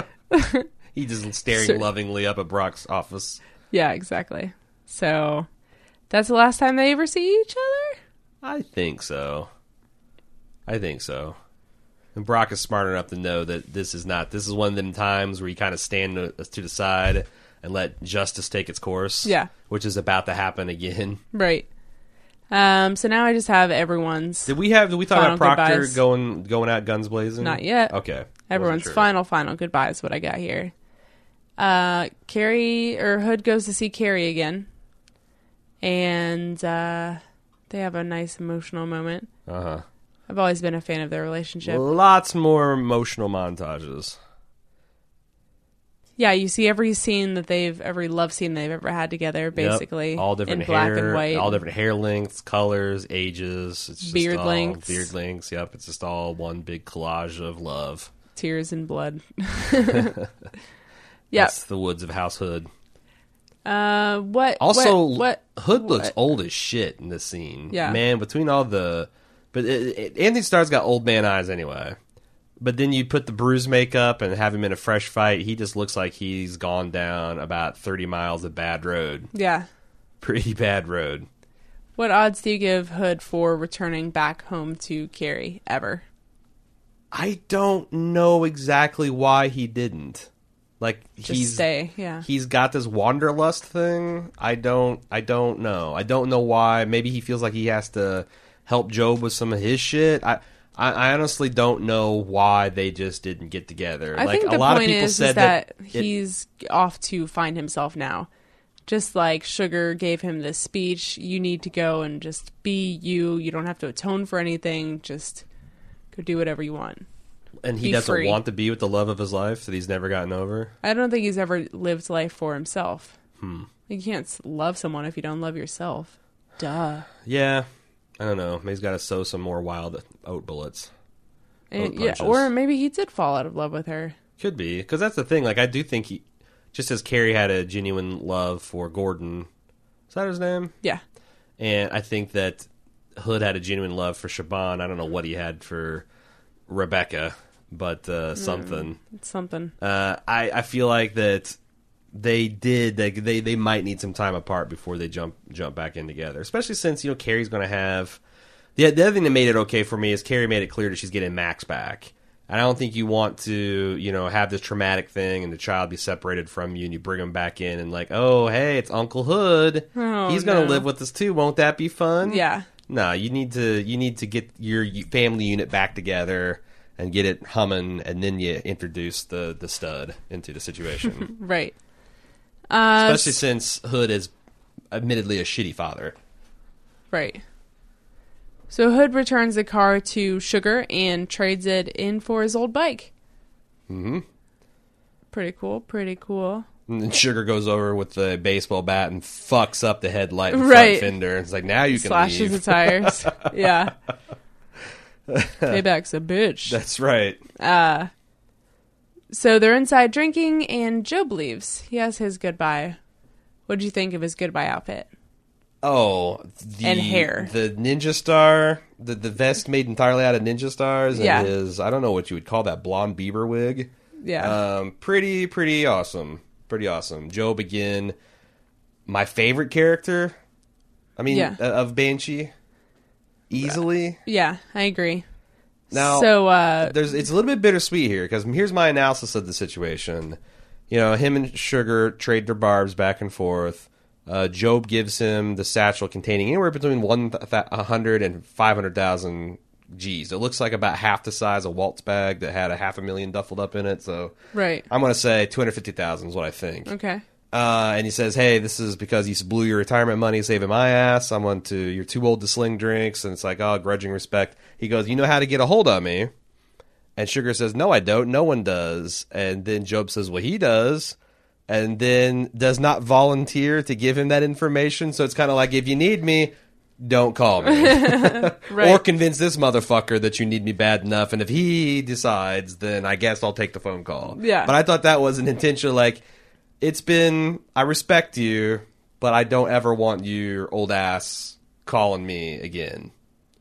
Speaker 1: [LAUGHS] he just staring
Speaker 2: Sir.
Speaker 1: lovingly up at Brock's office.
Speaker 2: Yeah, exactly. So that's the last time they ever see each other?
Speaker 1: I think so. I think so. And Brock is smart enough to know that this is not. This is one of them times where you kind of stand to, to the side and let justice take its course.
Speaker 2: Yeah.
Speaker 1: which is about to happen again.
Speaker 2: Right. Um, so now I just have
Speaker 1: [LAUGHS]
Speaker 2: everyone's
Speaker 1: Did we have? Did we talk
Speaker 2: Final
Speaker 1: about Proctor
Speaker 2: goodbyes.
Speaker 1: going going out guns blazing?
Speaker 2: Not yet.
Speaker 1: Okay.
Speaker 2: everyone's
Speaker 1: Wasn't sure.
Speaker 2: final final goodbye is what I got here. Uh Carrie or Hood goes to see Carrie again. And uh they have a nice emotional moment.
Speaker 1: Uh-huh.
Speaker 2: I've always been a fan of their relationship.
Speaker 1: Lots more emotional montages.
Speaker 2: Yeah, you see every scene that they've every love scene they've ever had together,
Speaker 1: Yep.
Speaker 2: basically.
Speaker 1: all different
Speaker 2: in black
Speaker 1: hair,
Speaker 2: and white.
Speaker 1: all different hair lengths, colors, ages, it's just
Speaker 2: Beard
Speaker 1: all-
Speaker 2: lengths.
Speaker 1: beard lengths. Yep, it's just all one big collage of love.
Speaker 2: tears
Speaker 1: [LAUGHS]
Speaker 2: and blood. yep.
Speaker 1: That's the woods of House Hood.
Speaker 2: Uh, what?
Speaker 1: Also,
Speaker 2: what? what
Speaker 1: Hood looks old as shit in this scene.
Speaker 2: Yeah.
Speaker 1: man, between all the, but it, it, Anthony Starr's got old man eyes anyway. But then you put the bruise makeup and have him in a fresh fight. He just looks like he's gone down about thirty miles of bad road, [LAUGHS]
Speaker 2: yeah.
Speaker 1: pretty bad road.
Speaker 2: What odds do you give Hood for returning back home to Carrie ever?
Speaker 1: I don't know exactly why he didn't. Like
Speaker 2: Just
Speaker 1: he's
Speaker 2: stay. Yeah.
Speaker 1: he's got this wanderlust thing. I don't I don't know. I don't know why. Maybe he feels like he has to help Job with some of his shit. I I, I honestly don't know why they just didn't get together.
Speaker 2: I
Speaker 1: like
Speaker 2: think
Speaker 1: a
Speaker 2: the
Speaker 1: lot
Speaker 2: point
Speaker 1: of people
Speaker 2: is,
Speaker 1: said
Speaker 2: is that,
Speaker 1: it-
Speaker 2: he's off to find himself now. Just like Sugar gave him this speech, you need to go and just be you. You don't have to atone for anything. Just go do whatever you want.
Speaker 1: and he
Speaker 2: be
Speaker 1: doesn't
Speaker 2: free.
Speaker 1: want to be with the love of his life that he's never gotten over.
Speaker 2: I don't think he's ever lived life for himself.
Speaker 1: Hmm.
Speaker 2: You can't s- love someone if you don't love yourself. Duh.
Speaker 1: Yeah. I don't know. Maybe he's got to sow some more wild oat bullets.
Speaker 2: And-
Speaker 1: Both
Speaker 2: Eh, yeah,
Speaker 1: punches.
Speaker 2: or maybe he did fall out of love with her.
Speaker 1: Could be because that's the thing. Like I do think he, just as Carrie had a genuine love for Gordon, is that his name?
Speaker 2: Yeah.
Speaker 1: And I think that Hood had a genuine love for Shaban. I don't know what he had for Rebecca, but uh, something.
Speaker 2: It's something.
Speaker 1: Uh, I I feel like that they did they, they they might need some time apart before they jump jump back in together. Especially since you know Carrie's going to have the the other thing that made it okay for me is Carrie made it clear that she's getting Max back. And I don't think you want to, you know, have this traumatic thing and the child be separated from you and you bring him back in and like, oh, hey, it's Uncle Hood.
Speaker 2: Oh,
Speaker 1: He's going to
Speaker 2: no.
Speaker 1: live with us too. Won't that be fun?
Speaker 2: Yeah.
Speaker 1: No, you need to you need to get your y- family unit back together and get it humming, and then you introduce the the stud into the situation.
Speaker 2: Right. [LAUGHS] Uh,
Speaker 1: Especially since Hood is admittedly a shitty father.
Speaker 2: Right. So Hood returns the car to Sugar and trades it in for his old bike. Mm-hmm. Pretty cool. Pretty cool.
Speaker 1: And then Sugar goes over with the baseball bat and fucks up the headlight and
Speaker 2: Right.
Speaker 1: front fender. It's like now you can
Speaker 2: Slashes the
Speaker 1: leave. [LAUGHS]
Speaker 2: tires. yeah. Payback's a bitch.
Speaker 1: That's right.
Speaker 2: So they're inside drinking, and Job leaves. He has his goodbye. What do you think of his goodbye outfit?
Speaker 1: Oh, the,
Speaker 2: And hair.
Speaker 1: The ninja star, the the vest made entirely out of ninja stars, and
Speaker 2: Yeah.
Speaker 1: his I don't know what you would call that blonde Bieber wig.
Speaker 2: Yeah.
Speaker 1: Um, pretty, pretty awesome. Pretty awesome. Job again, my favorite character. I mean,
Speaker 2: Yeah.
Speaker 1: uh, of Banshee, easily.
Speaker 2: yeah, I agree.
Speaker 1: Now,
Speaker 2: so uh,
Speaker 1: there's it's a little bit bittersweet here because here's my analysis of the situation. You know, him and Sugar trade their barbs back and forth. Uh, Job gives him the satchel containing anywhere between one th- th- 100 and 500,000 G's. It looks like about half the size of Walt's bag that had a half a million duffled up in it. So
Speaker 2: right.
Speaker 1: I'm going to say 250,000 is what I think.
Speaker 2: Okay.
Speaker 1: Uh, and he says, "Hey, this is because you blew your retirement money saving my ass. I'm on to you're too old to sling drinks." And it's like, "Oh, grudging respect." He goes, "You know how to get a hold of me?" And Sugar says, "No, I don't. No one does." And then Job says, "Well, he does." And then does not volunteer to give him that information. So it's kind of like, if you need me, don't call
Speaker 2: [LAUGHS]
Speaker 1: me, [LAUGHS]
Speaker 2: Right.
Speaker 1: or convince this motherfucker that you need me bad enough. And if he decides, then I guess I'll take the phone call.
Speaker 2: Yeah.
Speaker 1: But I thought that was an intentional, like, it's been I respect you, but I don't ever want your old ass calling me again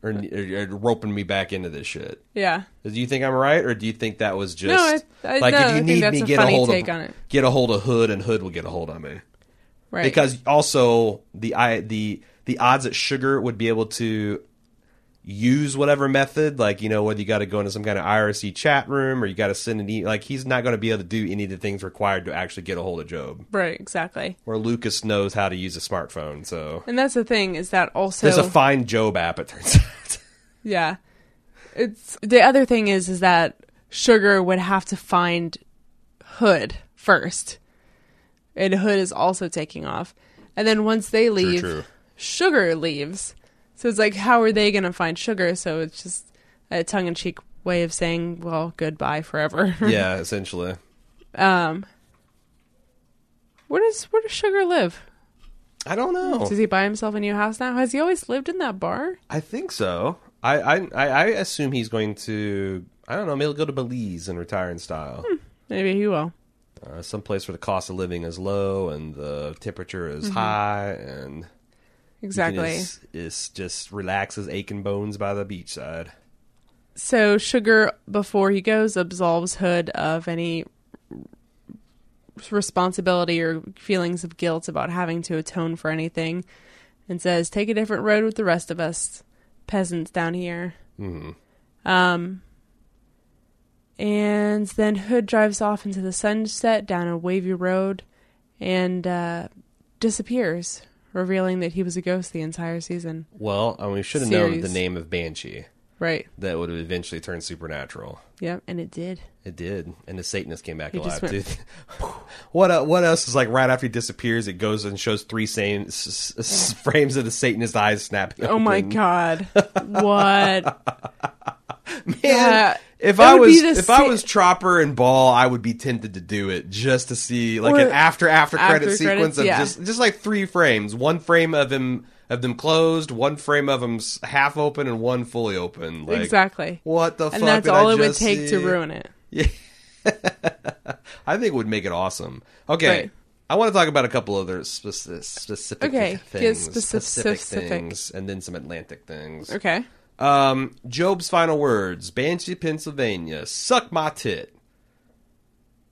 Speaker 1: or, or, or roping me back into this shit.
Speaker 2: yeah.
Speaker 1: Do you think I'm right, or do you think that was just
Speaker 2: I- I-
Speaker 1: like
Speaker 2: no,
Speaker 1: if
Speaker 2: I
Speaker 1: you
Speaker 2: think
Speaker 1: need
Speaker 2: that's
Speaker 1: me,
Speaker 2: a
Speaker 1: get a
Speaker 2: funny
Speaker 1: hold
Speaker 2: take
Speaker 1: of
Speaker 2: on it.
Speaker 1: get a hold of Hood, and Hood will get a hold of me
Speaker 2: Right.
Speaker 1: because also the I the the odds that Sugar would be able to use whatever method, like you know whether you got to go into some kind of IRC chat room or you got to send an e, like he's not going to be able to do any of the things required to actually get a hold of Job.
Speaker 2: right. Exactly.
Speaker 1: Where Lucas knows how to use a smartphone, so
Speaker 2: And that's the thing is that also
Speaker 1: there's a Find Job app. It turns [LAUGHS] out.
Speaker 2: Yeah. It's the other thing is is that Sugar would have to find Hood first. And Hood is also taking off. And then once they leave,
Speaker 1: true.
Speaker 2: Sugar leaves. So it's like how are they going to find Sugar? So it's just a tongue-in-cheek
Speaker 1: [LAUGHS]
Speaker 2: way of saying, well, goodbye forever.
Speaker 1: yeah, essentially.
Speaker 2: Where does where does Sugar live?
Speaker 1: I don't know.
Speaker 2: Does he buy himself a new house now? Has he always lived in that bar?
Speaker 1: I think so. I I, I I assume he's going to. I don't know. Maybe he'll go to Belize and retire in style.
Speaker 2: Hmm. Maybe he will.
Speaker 1: Uh, someplace where the cost of living is low and the temperature is high, and you can
Speaker 2: Mm-hmm. Exactly.
Speaker 1: is, is just relaxes aching bones by the beachside.
Speaker 2: So Sugar, before he goes, absolves Hood of any responsibility or feelings of guilt about having to atone for anything, and says, "Take a different road with the rest of us peasants down here." Mm-hmm. Um, and then Hood drives off into the sunset down a wavy road, and uh, disappears, revealing that he was a ghost the entire season.
Speaker 1: Well, I mean, we should have known the
Speaker 2: Series.
Speaker 1: name of Banshee
Speaker 2: Right.
Speaker 1: that would have eventually turned supernatural.
Speaker 2: Yep. And it did.
Speaker 1: It did, and the Satanist came back
Speaker 2: He
Speaker 1: alive
Speaker 2: just
Speaker 1: too. [LAUGHS] what uh, what else is like right after he disappears? It goes and shows three same s- s- frames of the Satanist eyes snapping.
Speaker 2: Oh my
Speaker 1: open.
Speaker 2: god.
Speaker 1: [LAUGHS]
Speaker 2: What? Yeah.
Speaker 1: If
Speaker 2: That
Speaker 1: I
Speaker 2: would
Speaker 1: was
Speaker 2: be the
Speaker 1: if I
Speaker 2: sa-
Speaker 1: was Tropper and Ball, I would be tempted to do it just to see like
Speaker 2: Or-
Speaker 1: an after after credit
Speaker 2: After
Speaker 1: sequence
Speaker 2: credits,
Speaker 1: of
Speaker 2: yeah.
Speaker 1: just just like three frames, one frame of him of them closed, one frame of them s- half open, and one fully open. Like,
Speaker 2: exactly.
Speaker 1: What the fuck?
Speaker 2: and that's
Speaker 1: did
Speaker 2: all
Speaker 1: I
Speaker 2: it would
Speaker 1: just
Speaker 2: take to
Speaker 1: see?
Speaker 2: ruin it.
Speaker 1: I think it would make it awesome. Okay.
Speaker 2: Right.
Speaker 1: I want to talk about a couple other speci- specific
Speaker 2: Okay, get
Speaker 1: things,
Speaker 2: speci- specific.
Speaker 1: things, and then some Atlantic things.
Speaker 2: Okay.
Speaker 1: Um, Job's final words: Banshee, Pennsylvania, suck my tit.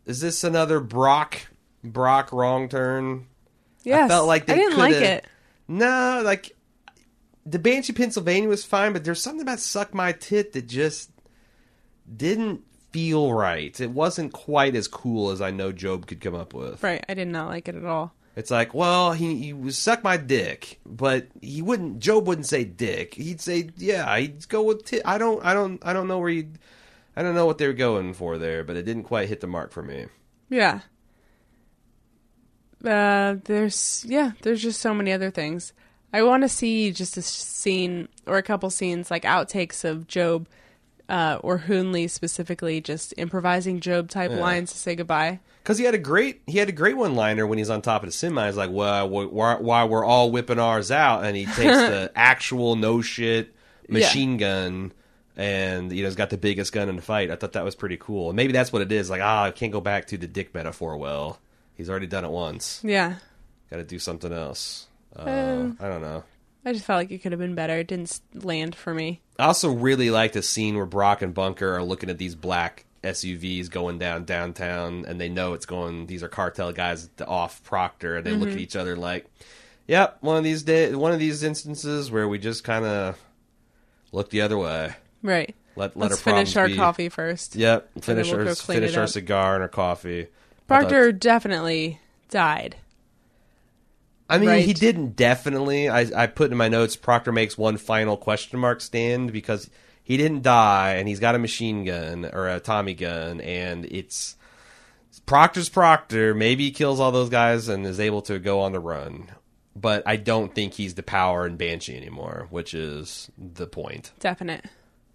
Speaker 1: Is this another Brock? Brock wrong turn?
Speaker 2: Yes.
Speaker 1: felt like
Speaker 2: I
Speaker 1: they
Speaker 2: didn't like
Speaker 1: coulda-
Speaker 2: it.
Speaker 1: No, like the Banshee, Pennsylvania was fine, but there's something about suck my tit that just didn't feel right. It wasn't quite as cool as I know Job could come up with.
Speaker 2: Right. I did not like it at all.
Speaker 1: It's like, well, he, he was suck my dick, but he wouldn't. Job wouldn't say dick. He'd say, yeah, he'd go with. T- I don't, I don't, I don't know where you, I don't know what they were going for there, but it didn't quite hit the mark for me.
Speaker 2: Yeah. Uh, there's yeah, there's just so many other things. I want to see just a s- scene or a couple scenes like outtakes of Job uh, or Hoonley specifically just improvising Job type lines to say goodbye.
Speaker 1: Because he had a great, he had a great one liner when he's on top of the semi. He's like, well, wh- why, why we're all whipping ours out, and he takes the actual no shit machine gun. And you know, he's got the biggest gun in the fight. I thought that was pretty cool. And maybe that's what it is. Like, ah, I can't go back to the dick metaphor. Well, he's already done it once.
Speaker 2: Yeah.
Speaker 1: Got to do something else. Uh, I don't know.
Speaker 2: I just felt like it could have been better. It didn't s- land for me.
Speaker 1: I also really like the scene where Brock and Bunker are looking at these black SUVs going down downtown, and they know it's going. These are cartel guys at the off Proctor, and they
Speaker 2: Mm-hmm.
Speaker 1: look at each other like, "Yep, one of these day, one of these instances where we just kind of look the other way.
Speaker 2: Right.
Speaker 1: Let let
Speaker 2: Let's
Speaker 1: our
Speaker 2: finish
Speaker 1: problems
Speaker 2: our
Speaker 1: be-
Speaker 2: coffee first.
Speaker 1: Yep, finish
Speaker 2: we'll
Speaker 1: our
Speaker 2: go clean
Speaker 1: finish
Speaker 2: it
Speaker 1: our
Speaker 2: up.
Speaker 1: cigar and our coffee. I thought-
Speaker 2: Proctor definitely died.
Speaker 1: I mean,
Speaker 2: Right.
Speaker 1: he didn't definitely. I, I put in my notes Proctor makes one final question mark stand because he didn't die and he's got a machine gun or a Tommy gun and it's Proctor's Proctor. Maybe he kills all those guys and is able to go on the run. But I don't think he's the power in Banshee anymore, which is the point.
Speaker 2: Definite.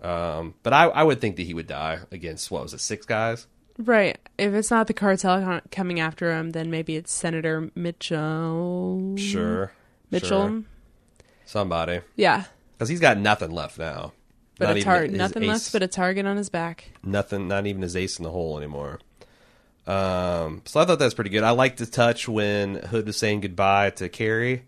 Speaker 1: Um, but I, I would think that he would die against, what was it, six guys?
Speaker 2: Right. If it's not the cartel con- coming after him, then maybe it's Senator Mitchell.
Speaker 1: Sure.
Speaker 2: Mm-hmm. Mitchell.
Speaker 1: Sure. Somebody.
Speaker 2: Yeah.
Speaker 1: Because he's got nothing left now.
Speaker 2: But
Speaker 1: Not
Speaker 2: a
Speaker 1: even
Speaker 2: tar-
Speaker 1: his
Speaker 2: nothing
Speaker 1: ace.
Speaker 2: left but a target on his back.
Speaker 1: nothing, not even his ace in the hole anymore. Um, so I thought that was pretty good. I liked the touch when Hood was saying goodbye to Carrie,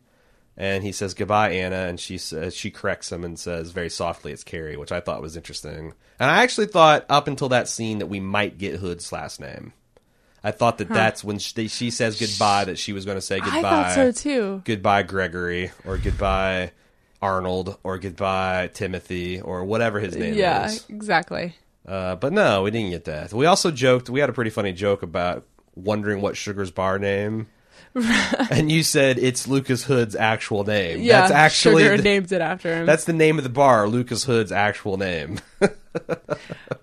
Speaker 1: and he says goodbye Anna, and she says she corrects him and says very softly it's Carrie, which I thought was interesting. And I actually thought up until that scene that we might get Hood's last name. I thought that that's when she, she says goodbye that she was going to say goodbye.
Speaker 2: I thought so too.
Speaker 1: Goodbye Gregory, or goodbye Arnold, or goodbye Timothy, or whatever his name
Speaker 2: Yeah,
Speaker 1: is.
Speaker 2: exactly.
Speaker 1: Uh, but no, we didn't get that. We also joked. We had a pretty funny joke about wondering what Sugar's bar
Speaker 2: [LAUGHS]
Speaker 1: name. and you said it's Lucas Hood's actual name.
Speaker 2: Yeah,
Speaker 1: that's actually
Speaker 2: Sugar
Speaker 1: the,
Speaker 2: named it after him.
Speaker 1: that's [LAUGHS] the name of the bar. Lucas Hood's actual name.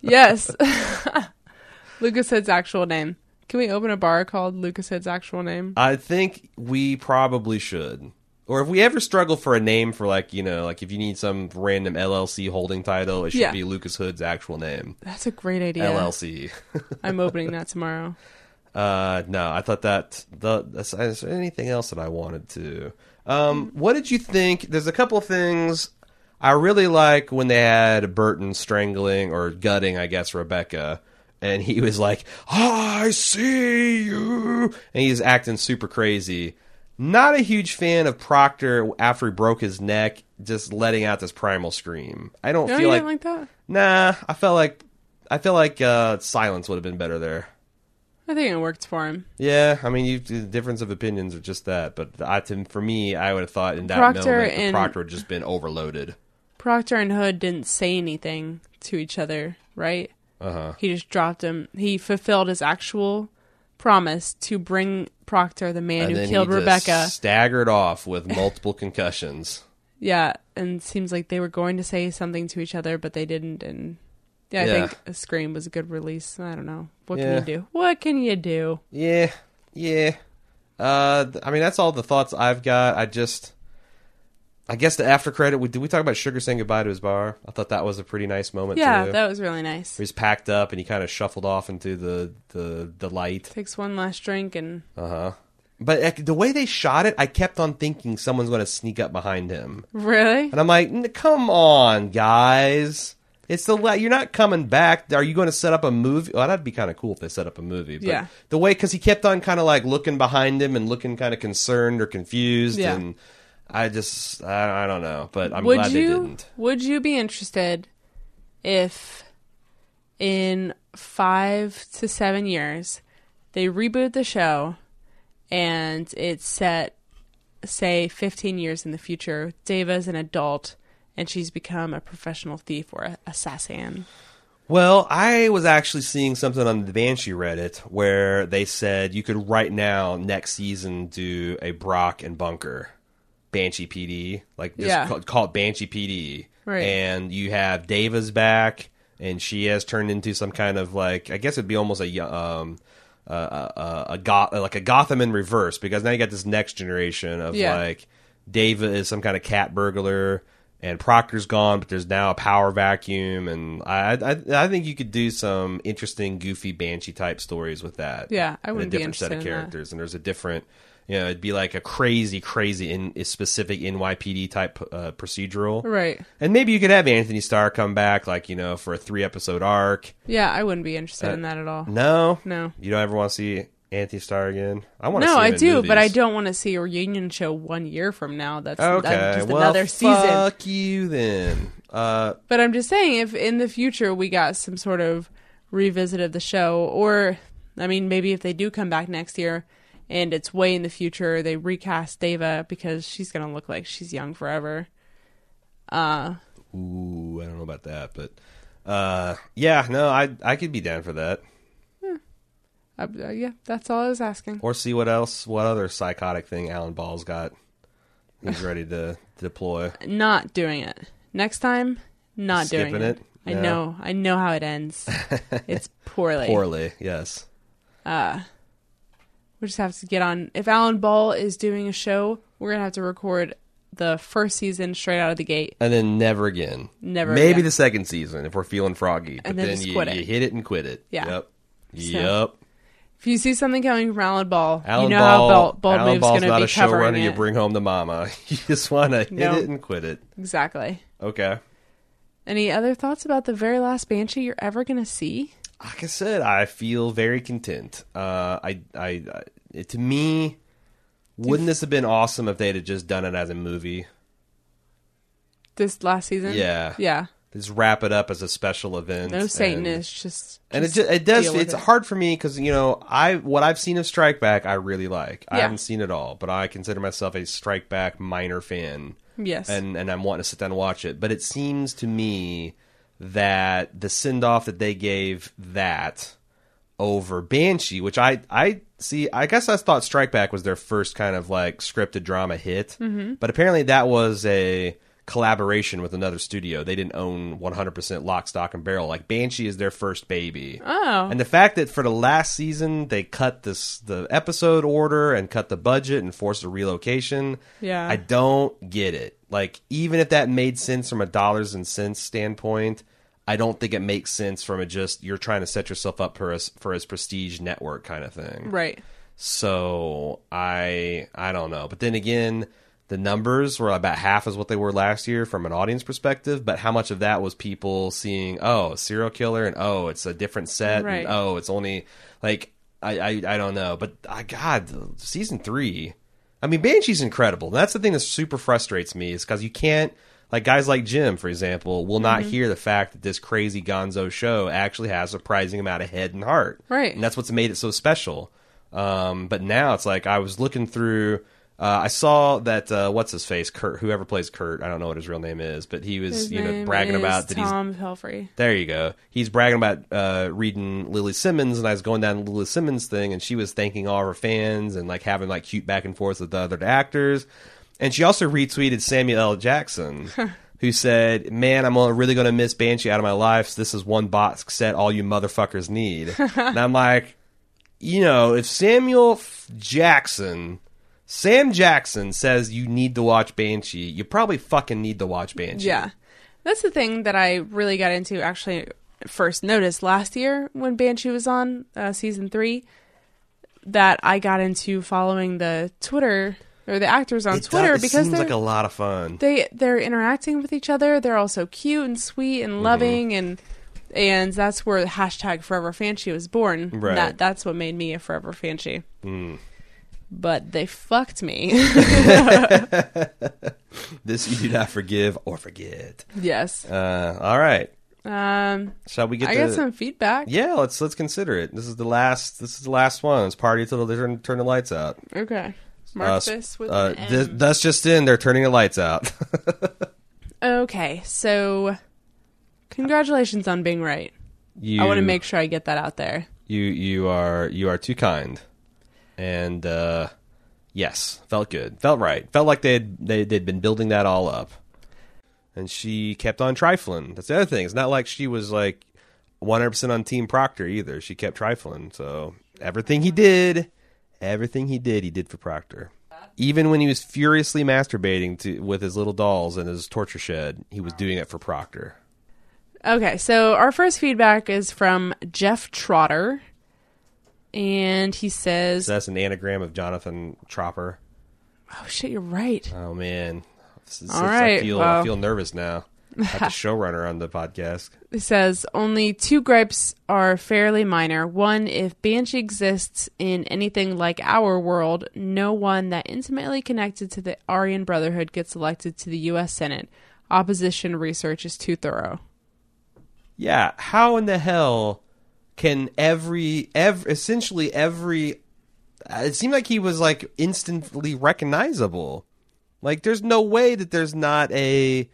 Speaker 2: yes. [LAUGHS] Lucas Hood's actual name. Can we open a bar called Lucas Hood's actual name?
Speaker 1: I think we probably should. Or if we ever struggle for a name for like you know like if you need some random LLC holding title, it should
Speaker 2: Yeah.
Speaker 1: be Lucas Hood's actual name. [LAUGHS]
Speaker 2: [LAUGHS] That's a great idea.
Speaker 1: LLC. [LAUGHS]
Speaker 2: I'm opening that tomorrow.
Speaker 1: Uh, no, I thought that the that's, is there anything else that I wanted to. Um, what did you think? There's a couple things I really like when they had Burton strangling or gutting, I guess Rebecca, and he was like, "I see you," and he's acting super crazy. Not a huge fan of Proctor after he broke his neck, just letting out this primal scream. Oh, I don't
Speaker 2: No, you
Speaker 1: feel like,
Speaker 2: didn't Oh, like that.
Speaker 1: nah. I felt like I feel like uh, silence would have been better there.
Speaker 2: I think it worked for him.
Speaker 1: Yeah, I mean, you, the difference of opinions are just that. But I, to, for me, I would have thought in that
Speaker 2: Proctor
Speaker 1: moment, the
Speaker 2: and-
Speaker 1: Proctor had just been overloaded.
Speaker 2: Proctor and Hood didn't say anything to each other, right? Uh-huh. He just dropped him. He fulfilled his actual promise to bring Proctor, the man
Speaker 1: and
Speaker 2: who
Speaker 1: then
Speaker 2: killed
Speaker 1: he just
Speaker 2: Rebecca.
Speaker 1: staggered off with multiple concussions.
Speaker 2: Yeah, and seems like they were going to say something to each other, but they didn't. And yeah, I
Speaker 1: Yeah.
Speaker 2: think a scream was a good release. I don't know. What
Speaker 1: Yeah.
Speaker 2: can you do? What can you do?
Speaker 1: Yeah, yeah. Uh, th- I mean, that's all the thoughts I've got. I just, I guess the after credit. We, did we talk about Sugar saying goodbye to his bar? I thought that was a pretty nice moment.
Speaker 2: Yeah,
Speaker 1: too.
Speaker 2: that was really nice.
Speaker 1: Where he's packed up and he kind of shuffled off into the the the light.
Speaker 2: Takes one last drink and
Speaker 1: Uh, But like, the way they shot it, I kept on thinking someone's going to sneak up behind him.
Speaker 2: [LAUGHS] really.
Speaker 1: And I'm like, "N- come on, guys. It's the la- you're not coming back. Are you going to set up a movie? Well, that'd be kind of cool if they set up a movie. But
Speaker 2: Yeah.
Speaker 1: The way because he kept on kind of like looking behind him and looking kind of concerned or confused,
Speaker 2: Yeah.
Speaker 1: and I just I, I don't know. But I'm
Speaker 2: would
Speaker 1: glad
Speaker 2: you
Speaker 1: they didn't.
Speaker 2: would you be interested if in five to seven years they reboot the show and it's set say 15 years in the future dava's an adult and she's become a professional thief or a assassin
Speaker 1: Well, I was actually seeing something on the Banshee Reddit where they said you could right now next season do a Brock and Bunker Banshee PD, like just
Speaker 2: Yeah.
Speaker 1: ca- call it Banshee PD,
Speaker 2: Right.
Speaker 1: and you have Dava's back, and she has turned into some kind of like I guess it'd be almost a yo- um uh, uh, a goth like a Gotham in reverse because now you got this next generation of
Speaker 2: Yeah.
Speaker 1: like Dava is some kind of cat burglar and Proctor's gone, but there's now a power vacuum, and I I, I think you could do some interesting, goofy banshee type stories with that.
Speaker 2: Yeah, I
Speaker 1: And
Speaker 2: wouldn't
Speaker 1: a
Speaker 2: be
Speaker 1: different set of
Speaker 2: interested in that.
Speaker 1: characters, and there's a different. You know, it'd be like a crazy, crazy, in a specific NYPD type uh, procedural,
Speaker 2: right
Speaker 1: And maybe you could have Anthony Starr come back, like you know, for a three episode arc.
Speaker 2: yeah i wouldn't be interested
Speaker 1: Uh,
Speaker 2: in that at all
Speaker 1: No,
Speaker 2: No.
Speaker 1: you don't ever want to see Anthony Starr again. I want to.
Speaker 2: no
Speaker 1: see him
Speaker 2: i
Speaker 1: in
Speaker 2: do but i
Speaker 1: movies.
Speaker 2: don't want to see a reunion show one year from now that's,
Speaker 1: Okay,
Speaker 2: that's just
Speaker 1: well,
Speaker 2: another season
Speaker 1: Fuck you then. Uh,
Speaker 2: But I'm just saying, if in the future we got some sort of revisit of the show, or I mean, maybe if they do come back next year and it's way in the future, they recast Deva because she's going to look like she's young forever.
Speaker 1: Ooh, I don't know about that, but uh, yeah, no, I I could be down for that.
Speaker 2: Uh, uh, yeah, that's all I was asking.
Speaker 1: Or see what else, what other psychotic thing Alan Ball's got. He's ready to
Speaker 2: [LAUGHS]
Speaker 1: deploy.
Speaker 2: Not doing it. Next time, not
Speaker 1: Skipping
Speaker 2: doing it.
Speaker 1: it?
Speaker 2: I
Speaker 1: Yeah.
Speaker 2: know. I know how it [LAUGHS] ends. it's poorly.
Speaker 1: Poorly, yes.
Speaker 2: We just have to get on. If Alan Ball is doing a show, we're going to have to record the first season straight out of the gate.
Speaker 1: And then never again.
Speaker 2: Never
Speaker 1: Maybe
Speaker 2: again.
Speaker 1: the second season if we're feeling froggy. But
Speaker 2: And
Speaker 1: then,
Speaker 2: then just
Speaker 1: you,
Speaker 2: quit it.
Speaker 1: you hit it and quit it.
Speaker 2: Yeah.
Speaker 1: Yep.
Speaker 2: So-
Speaker 1: Yep.
Speaker 2: If you see something coming from Alan Ball,
Speaker 1: Alan
Speaker 2: you know
Speaker 1: Ball.
Speaker 2: how Bald, Bald
Speaker 1: Alan
Speaker 2: Move's
Speaker 1: Ball's
Speaker 2: going to
Speaker 1: not
Speaker 2: be
Speaker 1: a
Speaker 2: covering
Speaker 1: showrunner
Speaker 2: it.
Speaker 1: you bring home to mama. [LAUGHS] You just want to
Speaker 2: No.
Speaker 1: hit it and quit it.
Speaker 2: Exactly.
Speaker 1: Okay.
Speaker 2: Any other thoughts about the very last Banshee you're ever going to see?
Speaker 1: like I said, I feel very content. Uh, I, I, I it, to me, wouldn't this have been awesome if they'd have just done it as a movie?
Speaker 2: This last season?
Speaker 1: Yeah.
Speaker 2: Yeah.
Speaker 1: Just wrap it up as a special event.
Speaker 2: No
Speaker 1: and-
Speaker 2: Satanist, just,
Speaker 1: And it,
Speaker 2: just
Speaker 1: ju- it does.
Speaker 2: deal with
Speaker 1: It's
Speaker 2: it.
Speaker 1: hard for me because you know I what I've seen of Strike Back I really like. I
Speaker 2: Yeah.
Speaker 1: haven't seen it all, but I consider myself a Strike Back minor fan.
Speaker 2: Yes.
Speaker 1: and and I'm wanting to sit down and watch it. But it seems to me that the send off that they gave that over Banshee, which I I see, I guess I thought Strike Back was their first kind of like scripted drama hit, mm-hmm. but apparently that was a collaboration with another studio. They didn't own 100% lock, stock, and barrel. Like Banshee is their first baby.
Speaker 2: Oh.
Speaker 1: And the fact that for the last season they cut this the episode order and cut the budget and forced a relocation.
Speaker 2: Yeah.
Speaker 1: I don't get it. Like even if that made sense from a dollars and cents standpoint, I don't think it makes sense from a just you're trying to set yourself up for a, s- for his prestige network kind of thing.
Speaker 2: Right.
Speaker 1: So I I don't know. But then again, the numbers were about half as what they were last year from an audience perspective, but how much of that was people seeing, oh, serial killer and oh, it's a different set and
Speaker 2: Right.
Speaker 1: oh, it's only like I, I I don't know. But I god, season 3. I mean, Banshee's incredible. And that's the thing that super frustrates me is cuz you can't like guys like Jim, for example, will not hear the fact that this crazy gonzo show actually has a surprising amount of head and heart.
Speaker 2: Right.
Speaker 1: And that's what's made it so special. Um, but now it's like I was looking through. Uh, I saw that uh, what's his face, Kurt, whoever plays Kurt. I don't know what his real name is, but he was
Speaker 2: His
Speaker 1: you know
Speaker 2: name
Speaker 1: bragging
Speaker 2: is
Speaker 1: about that he's
Speaker 2: Tom Pelfrey.
Speaker 1: there you go. He's bragging about uh, reading Lily Simmons, and I was going down Lily Simmons thing, and she was thanking all of her fans and like having like cute back and forth with the other actors. And she also retweeted Samuel L. Jackson, who said, "Man, I'm really going to miss Banshee out of my life. So this is one box set all you motherfuckers need." and I'm like, you know, if Samuel F- Jackson, Sam Jackson says you need to watch Banshee, you probably fucking need to watch Banshee.
Speaker 2: Yeah. That's the thing that I really got into actually first noticed last year when Banshee was on uh, season three that I got into following the Twitter or the actors on
Speaker 1: It does-
Speaker 2: Twitter
Speaker 1: it
Speaker 2: because
Speaker 1: seems
Speaker 2: they're,
Speaker 1: like a lot of fun.
Speaker 2: they they're interacting with each other. They're all so cute and sweet
Speaker 1: Mm-hmm.
Speaker 2: and loving and and that's where the hashtag Forever Fancy was born.
Speaker 1: Right. Hmm.
Speaker 2: That that's what made me a Forever Fancy. But they fucked me. [LAUGHS]
Speaker 1: This you do not forgive or forget.
Speaker 2: yes.
Speaker 1: Uh, all right.
Speaker 2: Um,
Speaker 1: Shall we get?
Speaker 2: I
Speaker 1: the,
Speaker 2: got some feedback.
Speaker 1: Yeah, let's let's consider it. This is the last. This is the last one. It's party till they turn turn the lights out.
Speaker 2: Okay.
Speaker 1: Uh,
Speaker 2: Mark
Speaker 1: s-
Speaker 2: this with
Speaker 1: uh,
Speaker 2: an M.
Speaker 1: th- that's just in. They're turning the lights out. [LAUGHS]
Speaker 2: Okay, so congratulations on being right.
Speaker 1: you,
Speaker 2: I want to make sure I get that out there.
Speaker 1: you. You are you are too kind, and uh, yes, felt good, felt right, felt like they had they they'd been building that all up, and she kept on trifling. That's the other thing. It's not like she was like one hundred percent on Team Proctor either. She kept trifling. So everything he did, everything he did, he did for Proctor. Even when he was furiously masturbating to, with his little dolls in his torture shed, he was doing it for Proctor.
Speaker 2: Okay, so our first feedback is from Jeff Trotter, and he says,
Speaker 1: So that's an anagram of Jonathan Tropper.
Speaker 2: "Oh shit, you're right."
Speaker 1: Oh man! S- since I
Speaker 2: right,
Speaker 1: feel I
Speaker 2: well.
Speaker 1: feel nervous
Speaker 2: [LAUGHS]
Speaker 1: now. I'm the showrunner on the podcast.
Speaker 2: He says only two gripes are fairly minor. One, if Banshee exists in anything like our world, no one that intimately connected to the Aryan Brotherhood gets elected to the U.S. Senate. Opposition research is too thorough.
Speaker 1: Yeah, how in the hell can every ev essentially every uh, it seemed like he was like instantly recognizable. Like there's no way that there's not a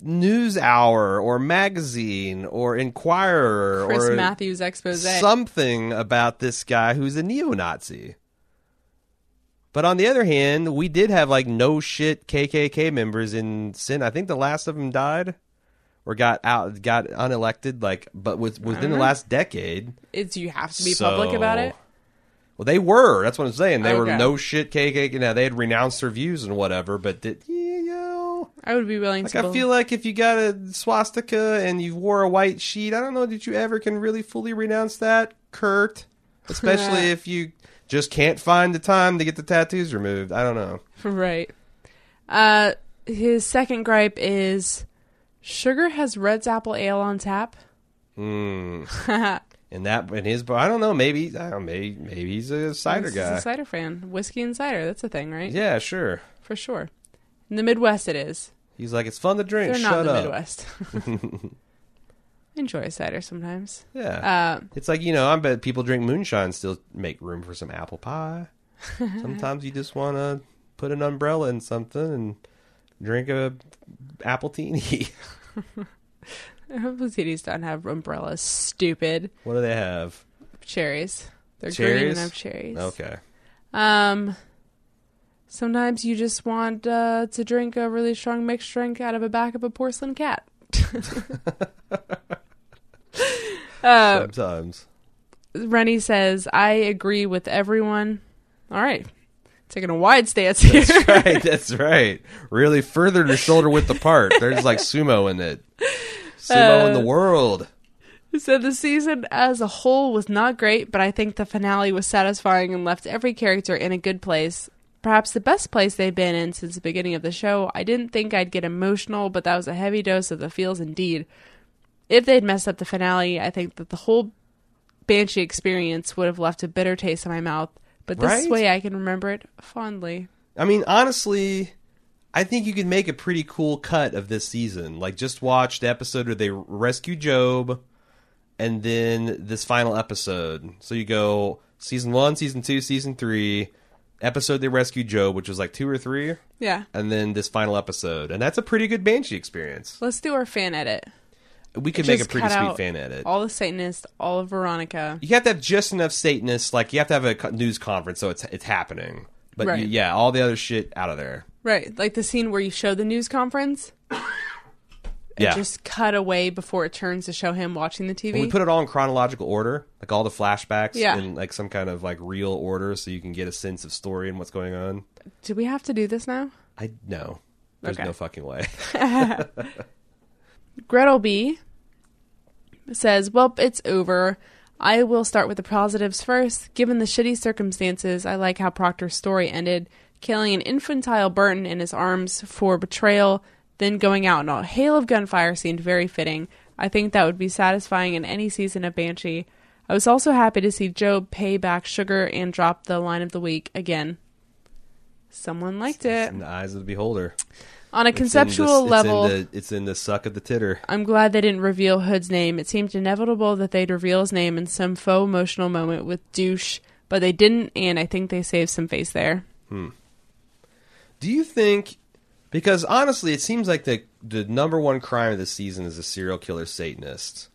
Speaker 1: news hour or magazine or inquirer
Speaker 2: Chris
Speaker 1: or
Speaker 2: Matthews expose.
Speaker 1: something about this guy who's a neo-Nazi. But on the other hand, we did have like no shit KKK members in Sin. I think the last of them died or got out, got unelected. Like, but with, within the last decade,
Speaker 2: it's you have Uh-huh. to be public about
Speaker 1: So-
Speaker 2: it.
Speaker 1: Well, they were. That's what I'm saying. They were
Speaker 2: Okay.
Speaker 1: no shit KKK. Now they had renounced their views and whatever. But did, you know,
Speaker 2: I would be willing
Speaker 1: like
Speaker 2: to.
Speaker 1: I feel like if you got a swastika and you wore a white sheet, I don't know that you ever can really fully renounce that,
Speaker 2: [LAUGHS]
Speaker 1: Kurt. Especially if you just can't find the time to get the tattoos removed. I don't know.
Speaker 2: [LAUGHS] right. Uh, his second gripe is sugar has Red's apple ale on tap.
Speaker 1: And that in his, I don't know. Maybe I don't know, maybe maybe he's a cider
Speaker 2: He's a
Speaker 1: guy.
Speaker 2: cider fan. Whiskey and cider. That's a thing, right?
Speaker 1: Yeah, sure.
Speaker 2: For sure. In the Midwest, it is.
Speaker 1: He's like it's fun to drink.
Speaker 2: They're
Speaker 1: Shut
Speaker 2: not in the
Speaker 1: up. [LAUGHS]
Speaker 2: Midwest. Enjoy a cider sometimes. Uh,
Speaker 1: Yeah. it's like, you know, I bet people drink moonshine and still make room for some apple
Speaker 2: [LAUGHS]
Speaker 1: pie. Sometimes you just want to put an umbrella in something and drink a apple [LAUGHS] teeny.
Speaker 2: Placidies don't have umbrellas. Stupid
Speaker 1: what do they have?
Speaker 2: cherries. They're green
Speaker 1: Cherries?
Speaker 2: and have cherries.
Speaker 1: Okay.
Speaker 2: Um, sometimes you just want uh, to drink a really strong mixed drink out of a back of a
Speaker 1: [LAUGHS]
Speaker 2: porcelain cat.
Speaker 1: Sometimes. [LAUGHS]
Speaker 2: Uh, Rennie says, "I agree with everyone." All right, taking a wide stance here.
Speaker 1: right, that's right. Really furthered her shoulder width apart. There's like sumo in it. Sumo in the world.
Speaker 2: So the season as a whole was not great, but I think the finale was satisfying and left every character in a good place. Perhaps the best place they've been in since the beginning of the show. I didn't think I'd get emotional, but that was a heavy dose of the feels indeed. If they'd messed up the finale, I think that the whole Banshee experience would have left a bitter taste in my mouth, but this
Speaker 1: Right?
Speaker 2: way I can remember it fondly.
Speaker 1: I mean, honestly, I think you could make a pretty cool cut of this season. Like, just watch the episode where they rescue Job, and then this final episode. So you go season one, season two, season three, episode they rescue Job, which was like two or three,
Speaker 2: Yeah.
Speaker 1: and then this final episode. And that's a pretty good Banshee experience.
Speaker 2: Let's do our fan edit.
Speaker 1: We could make a
Speaker 2: Just
Speaker 1: pretty
Speaker 2: cut
Speaker 1: sweet
Speaker 2: out
Speaker 1: fan edit.
Speaker 2: All the Satanists, all of Veronica.
Speaker 1: you have to have just enough Satanists. Like, you have to have a co- news conference, so it's it's happening. But
Speaker 2: Right.
Speaker 1: you- yeah, all the other shit out of there.
Speaker 2: Right. Like the scene where you show the news conference.
Speaker 1: Yeah.
Speaker 2: just cut away before it turns to show him watching the TV.
Speaker 1: And we put it all in chronological order, like all the flashbacks
Speaker 2: Yeah.
Speaker 1: in like some kind of like real order, so you can get a sense of story and what's going on.
Speaker 2: Do we have to do this now?
Speaker 1: I no, there's
Speaker 2: Okay.
Speaker 1: no fucking way.
Speaker 2: Gretel B says, Well, it's over. I will start with the positives first. Given the shitty circumstances, I like how Proctor's story ended killing an infantile Burton in his arms for betrayal, then going out in a hail of gunfire seemed very fitting. I think that would be satisfying in any season of Banshee. I was also happy to see Job pay back Sugar and drop the line of the week again. Someone liked it.
Speaker 1: [LAUGHS] in the eyes of the beholder, It's
Speaker 2: On a
Speaker 1: in the-
Speaker 2: conceptual level,
Speaker 1: it's in, the, it's in the suck of the titter.
Speaker 2: I'm glad they didn't reveal Hood's name. It seemed inevitable that they'd reveal his name in some faux emotional moment with douche, but they didn't, and I think they saved some face there.
Speaker 1: Do you think? Because honestly, it seems like the the number one crime of the season is a serial killer Satanist.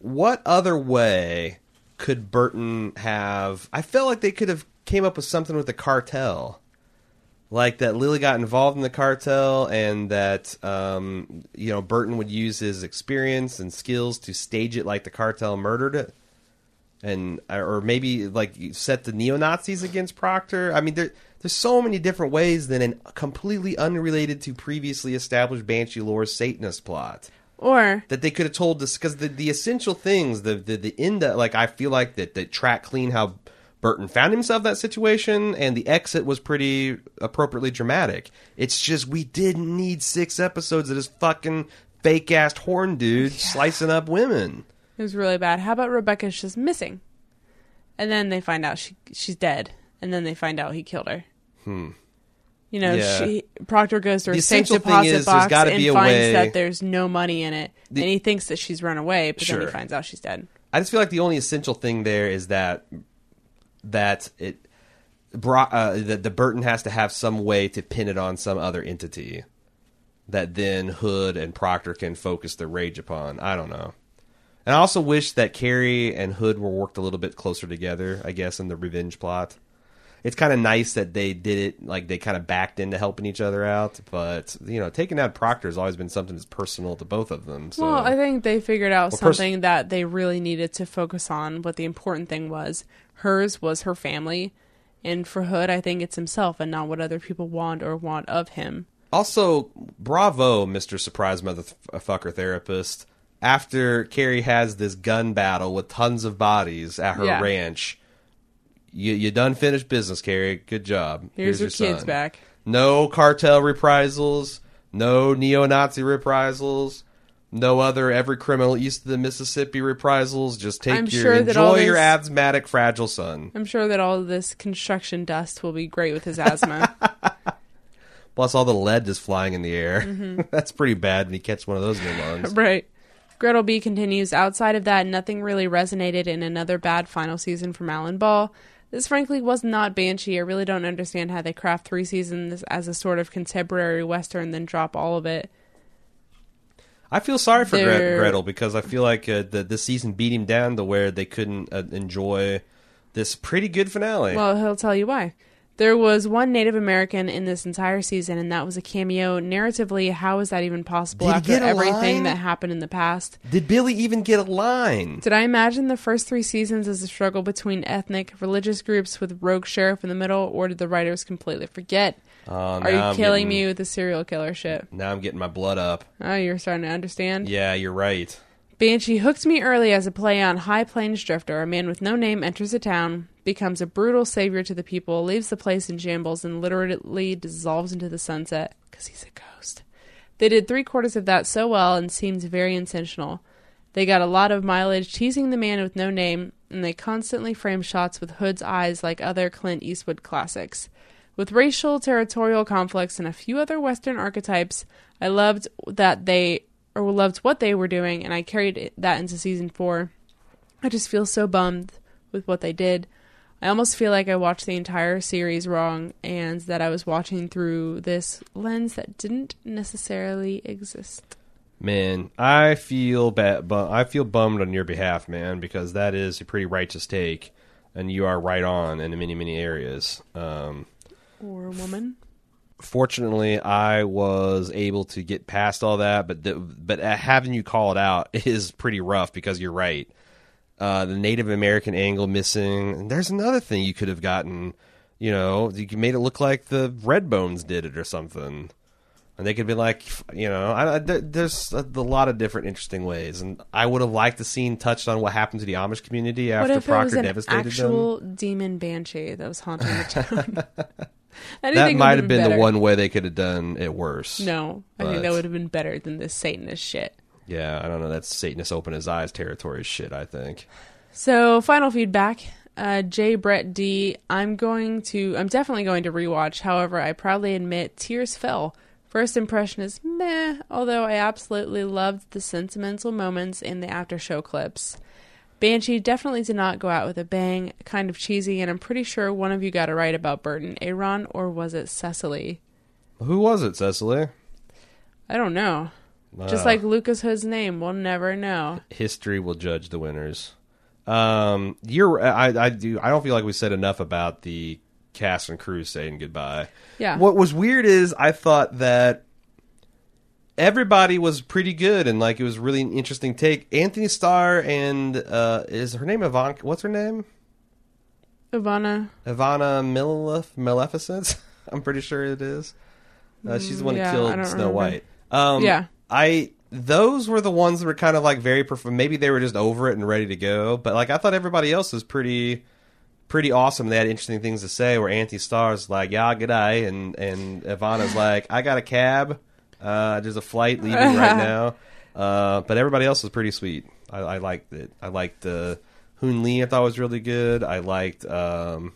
Speaker 1: What other way could Burton have? I felt like they could have came up with something with the cartel, like that Lily got involved in the cartel, and that um, you know Burton would use his experience and skills to stage it like the cartel murdered it and or maybe like you set the neo Nazis against Proctor. I mean, there there's so many different ways than an completely unrelated to previously established Banshee lore Satanist plot
Speaker 2: Or
Speaker 1: that they could have told this because the, the essential things the the, the end that like I feel like that that track clean how Burton found himself that situation and the exit was pretty appropriately dramatic. It's just we didn't need six episodes of this fucking fake assed horn dude slicing up women.
Speaker 2: it was really bad. How about Rebecca's just missing? And then they find out she she's dead, and then they find out he killed her. Hmm. You know,
Speaker 1: Yeah.
Speaker 2: she Proctor goes to her
Speaker 1: The
Speaker 2: safe
Speaker 1: essential thing
Speaker 2: deposit
Speaker 1: is there's
Speaker 2: box
Speaker 1: gotta
Speaker 2: and
Speaker 1: be a
Speaker 2: finds
Speaker 1: way-
Speaker 2: that there's no money in it, and he thinks that she's run away, but then
Speaker 1: Sure.
Speaker 2: he finds out she's dead.
Speaker 1: I just feel like the only essential thing there is that that it brought uh, that the Burton has to have some way to pin it on some other entity that then Hood and Proctor can focus their rage upon. I don't know. And I also wish that Carrie and Hood were worked a little bit closer together. I guess in the revenge plot, it's kind of nice that they did it like they kind of backed into helping each other out. But you know, taking out Proctor has always been something that's personal to both of them. So.
Speaker 2: Well, I think they figured out
Speaker 1: pers-
Speaker 2: something that they really needed to focus on. What the important thing was, hers was her family, and for Hood, I think it's himself and not what other people want or want of him.
Speaker 1: Also, bravo, Mr. Surprise Motherfucker Therapist. After Carrie has this gun battle with tons of bodies at her
Speaker 2: Yeah.
Speaker 1: ranch, you, you done finished business, Carrie. Good job.
Speaker 2: Here's, your, kids
Speaker 1: son.
Speaker 2: back.
Speaker 1: No cartel reprisals, no neo Nazi reprisals, no other every criminal east of the Mississippi reprisals. Just take
Speaker 2: I'm
Speaker 1: your
Speaker 2: sure that all
Speaker 1: enjoy your
Speaker 2: this-
Speaker 1: asthmatic fragile son.
Speaker 2: I'm sure that all this construction dust will be great with his asthma. [LAUGHS]
Speaker 1: Plus all the lead just flying in the air.
Speaker 2: Mm-hmm.
Speaker 1: [LAUGHS] That's pretty bad when you catch one of those in your lungs.
Speaker 2: right. Gretel B continues, outside of that, nothing really resonated in another bad final season from Alan Ball. This frankly was not Banshee. I really don't understand how they craft three seasons as a sort of contemporary Western, then drop all of it.
Speaker 1: I feel sorry for Gre-
Speaker 2: They're-
Speaker 1: Gretel because I feel like uh, the this season beat him down to where they couldn't uh, enjoy this pretty good finale.
Speaker 2: Well, he'll tell you why. There was one Native American in this entire season, and that was a cameo. Narratively, how is that even possible
Speaker 1: Did he
Speaker 2: after
Speaker 1: get a
Speaker 2: everything
Speaker 1: line?
Speaker 2: that happened in the past?
Speaker 1: Did Billy even get a line?
Speaker 2: Did I imagine the first three seasons as a struggle between ethnic, religious groups with rogue sheriff in the middle, or did the writers completely forget?
Speaker 1: Um,
Speaker 2: Are you
Speaker 1: Oh, now I'm
Speaker 2: killing
Speaker 1: getting-
Speaker 2: me with the serial killer shit?
Speaker 1: Now I'm getting my blood up.
Speaker 2: Oh, you're starting to understand.
Speaker 1: Yeah, you're right.
Speaker 2: Banshee hooked me early as a play on High Plains Drifter. A man with no name enters a town, becomes a brutal savior to the people, leaves the place in shambles, and literally dissolves into the sunset because he's a ghost. They did three quarters of that so well and seemed very intentional. They got a lot of mileage teasing the man with no name, and they constantly frame shots with Hood's eyes like other Clint Eastwood classics. With racial, territorial conflicts, and a few other Western archetypes, I loved that they or loved what they were doing, and I carried it- that into season four. I just feel so bummed with what they did. I almost feel like I watched the entire series wrong and that I was watching through this lens that didn't necessarily exist.
Speaker 1: Man, I feel ba- bu- I feel bummed on your behalf, man, because that is a pretty righteous take, and you are right on in many many areas. Um,
Speaker 2: Or woman.
Speaker 1: fortunately, I was able to get past all that, but the, but uh, having you call it out [LAUGHS] is pretty rough because you're right. Uh, the Native American angle missing. And there's another thing you could have gotten. You know, you made it look like the Redbones did it or something. And they could be like, you know, I, I- there, there's a, a lot of different interesting ways, and I would have liked to seen touched on what happened to the Amish community
Speaker 2: What
Speaker 1: after
Speaker 2: if it was
Speaker 1: Proctor
Speaker 2: an
Speaker 1: devastated them.
Speaker 2: actual demon banshee that was
Speaker 1: [LAUGHS]
Speaker 2: haunting the town? I didn't
Speaker 1: That
Speaker 2: think it
Speaker 1: might
Speaker 2: would've
Speaker 1: have been the
Speaker 2: better.
Speaker 1: one way they could have done it worse.
Speaker 2: No, I
Speaker 1: but-
Speaker 2: think that would have been better than this Satanist shit.
Speaker 1: Yeah, I don't know. That's Satanist open his eyes territory shit, I think.
Speaker 2: So, final feedback. Uh, J. Brett D. I'm going to, I'm definitely going to rewatch. However, I proudly admit tears fell. First impression is meh, although I absolutely loved the sentimental moments and the after show clips. Banshee definitely did not go out with a bang, kind of cheesy, and I'm pretty sure one of you got it right about Burton Aaron, or was it Cecily?
Speaker 1: Who was it, Cecily?
Speaker 2: I don't know. Just
Speaker 1: Uh,
Speaker 2: like Lucas Hood's name, we'll never know.
Speaker 1: history will judge the winners. Um, you're I I do I don't feel like we said enough about the cast and crew saying goodbye.
Speaker 2: Yeah.
Speaker 1: What was weird is I thought that everybody was pretty good and like it was really an interesting take. Anthony Starr and uh is her name Ivanka what's her name?
Speaker 2: Ivana,
Speaker 1: Ivana Malef- Maleficent. [LAUGHS] I'm pretty sure it is. Uh, she's the one
Speaker 2: yeah,
Speaker 1: who
Speaker 2: I don't
Speaker 1: killed Snow
Speaker 2: remember.
Speaker 1: White. Um,
Speaker 2: Yeah.
Speaker 1: I those were the ones that were kind of like very perf- maybe they were just over it and ready to go. But like I thought everybody else was pretty pretty awesome. They had interesting things to say. Where Anti Star's like, "Yeah, good eye," and and Ivana's like, "I got a cab. Uh, there's a flight leaving right now." Uh, but everybody else was pretty sweet. I, I liked it. I liked uh, Hoon Lee. I thought was really good. I liked um,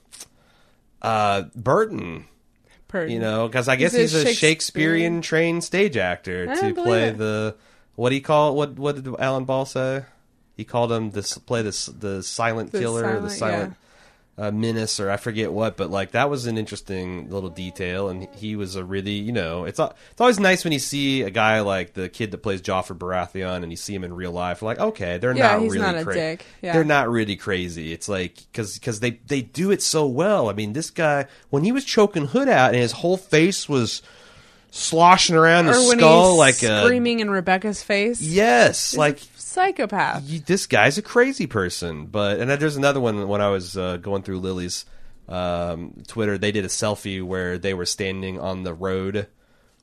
Speaker 1: uh, Burton.
Speaker 2: Purden.
Speaker 1: You know, because I guess
Speaker 2: He's
Speaker 1: he's,
Speaker 2: a
Speaker 1: a Shakespearean
Speaker 2: Shakespearean-
Speaker 1: trained stage actor
Speaker 2: I
Speaker 1: to
Speaker 2: believe
Speaker 1: play
Speaker 2: it.
Speaker 1: the what he call what what did Alan Ball say? He called him this play this the silent
Speaker 2: The
Speaker 1: killer, or the
Speaker 2: silent-
Speaker 1: silent uh, menace, or I forget what. But like that was an interesting little detail, and he was a really you know it's al- it's always nice when you see a guy like the kid that plays Joffrey Baratheon, and you see him in real life. Like okay, they're
Speaker 2: Yeah,
Speaker 1: not
Speaker 2: he's
Speaker 1: really
Speaker 2: not a
Speaker 1: cra-
Speaker 2: dick. Yeah.
Speaker 1: They're not really crazy. It's like because they they do it so well. I mean, this guy when he was choking Hood out and his whole face was sloshing around his
Speaker 2: or when
Speaker 1: skull
Speaker 2: he's
Speaker 1: like a
Speaker 2: screaming in Rebecca's face.
Speaker 1: yes, like
Speaker 2: Psychopath.
Speaker 1: you, this guy's a crazy person. But and then there's another one when I was uh, going through Lily's um, Twitter, they did a selfie where they were standing on the road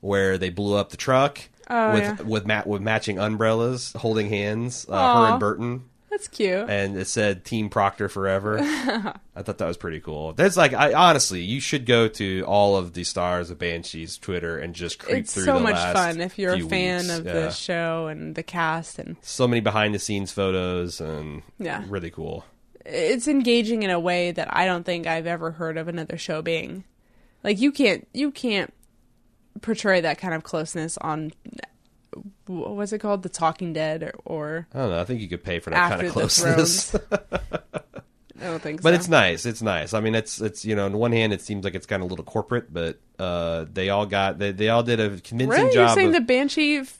Speaker 1: where they blew up the truck
Speaker 2: Oh,
Speaker 1: with
Speaker 2: yeah.
Speaker 1: with ma- with matching umbrellas, holding hands, uh, her
Speaker 2: Aw.
Speaker 1: and Burton
Speaker 2: That's cute.
Speaker 1: and it said Team Proctor
Speaker 2: [LAUGHS]
Speaker 1: forever. I thought that was pretty cool. That's like, I honestly, you should go to all of the stars of Banshees Twitter and just creep
Speaker 2: It's
Speaker 1: through.
Speaker 2: so
Speaker 1: the
Speaker 2: much
Speaker 1: last
Speaker 2: fun if you're a
Speaker 1: few
Speaker 2: fan
Speaker 1: weeks.
Speaker 2: of
Speaker 1: Yeah.
Speaker 2: the show and the cast, and
Speaker 1: So many behind the scenes photos and
Speaker 2: Yeah.
Speaker 1: really cool.
Speaker 2: it's engaging in a way that I don't think I've ever heard of another show being. Like you can't, you can't portray that kind of closeness on wh- what's it called, The Talking Dead, or, or
Speaker 1: I don't know. I think you could pay for that
Speaker 2: After
Speaker 1: kind of
Speaker 2: the
Speaker 1: closeness.
Speaker 2: Thrones. I don't think.
Speaker 1: [LAUGHS] but
Speaker 2: so.
Speaker 1: it's nice. It's nice. I mean, it's it's you know, on one hand, it seems like it's kind of a little corporate, but uh, they all got they, they all did a convincing
Speaker 2: Really,
Speaker 1: job.
Speaker 2: you're saying
Speaker 1: of-
Speaker 2: the Banshee f-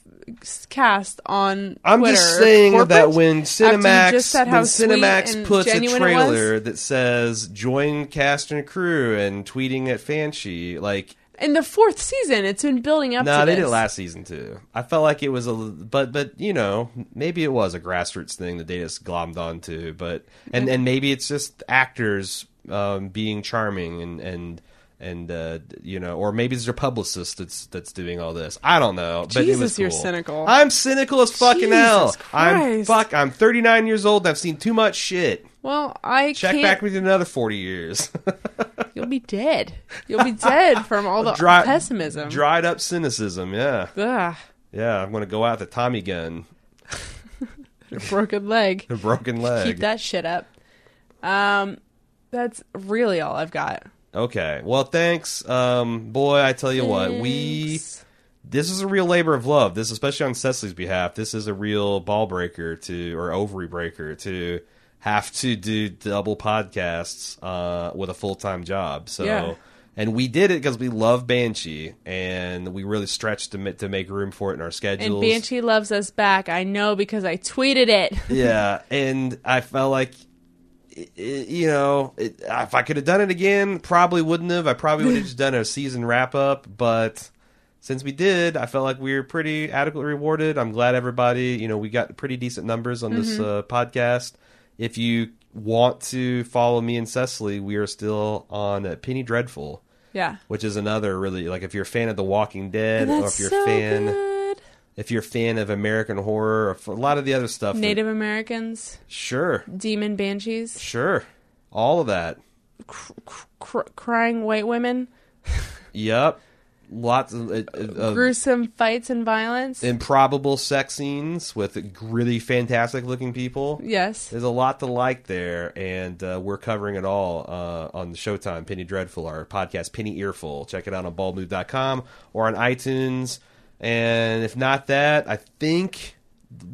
Speaker 2: cast on.
Speaker 1: I'm
Speaker 2: Twitter
Speaker 1: just saying
Speaker 2: corporate
Speaker 1: that when
Speaker 2: after you
Speaker 1: Cinemax,
Speaker 2: just said
Speaker 1: when
Speaker 2: how sweet
Speaker 1: Cinemax
Speaker 2: and
Speaker 1: puts a
Speaker 2: genuine it was.
Speaker 1: trailer that says "Join cast and crew" and tweeting at Fanshi, like
Speaker 2: in the fourth season, it's been building up.
Speaker 1: no,
Speaker 2: to
Speaker 1: they did
Speaker 2: this.
Speaker 1: it last season too. I felt like it was a, but but you know, maybe it was a grassroots thing that they just glommed onto, but and and maybe it's just actors um, being charming and and and uh, you know, or maybe it's their publicist that's that's doing all this. I don't know. But it was
Speaker 2: Jesus, you're
Speaker 1: cool.
Speaker 2: cynical.
Speaker 1: I'm cynical as fucking
Speaker 2: Jesus
Speaker 1: hell. I'm
Speaker 2: Christ.
Speaker 1: fuck. I'm 39 years old. and I've seen too much shit.
Speaker 2: Well, I
Speaker 1: Check
Speaker 2: can't.
Speaker 1: back with you in another 40 years. [LAUGHS]
Speaker 2: You'll be dead. You'll be dead
Speaker 1: [LAUGHS]
Speaker 2: from all the
Speaker 1: Dry-
Speaker 2: Uh, pessimism.
Speaker 1: Dried up cynicism. Yeah,
Speaker 2: Ugh,
Speaker 1: yeah. I'm gonna go out with a Tommy gun,
Speaker 2: your
Speaker 1: [LAUGHS]
Speaker 2: broken leg.
Speaker 1: a broken leg.
Speaker 2: Keep that shit up. Um, that's really all I've got.
Speaker 1: Okay. Well, thanks. Um, boy, I tell you what, we this is a real labor of love. This, especially on Cecily's behalf, this is a real ball breaker to or ovary breaker to have to do double podcasts uh, with a full time job. So.
Speaker 2: Yeah.
Speaker 1: And we did it because we love Banshee, and we really stretched to, ma- to make room for it in our
Speaker 2: And
Speaker 1: schedules.
Speaker 2: Banshee loves us back. I know because I tweeted it. [LAUGHS]
Speaker 1: yeah, and I felt like, i- i- you know, it, if I could have done it again, probably wouldn't have. I probably would have just done a season wrap up. But since we did, I felt like we were pretty adequately rewarded. I'm glad everybody, you know, we got pretty decent numbers on
Speaker 2: Mm-hmm.
Speaker 1: this uh, podcast. If you want to follow me and Cecily, we are still on uh, Penny Dreadful.
Speaker 2: Yeah.
Speaker 1: Which is another really like if you're a fan of The Walking Dead, or if
Speaker 2: That's
Speaker 1: you're
Speaker 2: so
Speaker 1: a fan,
Speaker 2: good.
Speaker 1: if you're a fan of American horror, or f- a lot of the other stuff, that-
Speaker 2: Native Americans,
Speaker 1: sure,
Speaker 2: demon banshees,
Speaker 1: Sure. All of that.
Speaker 2: cr- crying white women,
Speaker 1: Yep. Lots of, uh, of
Speaker 2: gruesome fights and violence.
Speaker 1: improbable sex scenes with really fantastic looking people.
Speaker 2: yes.
Speaker 1: There's a lot to like there, and uh, we're covering it all uh, on the Showtime Penny Dreadful, our podcast Penny Earful. Check it out on baldmove.com or on iTunes. And if not that, I think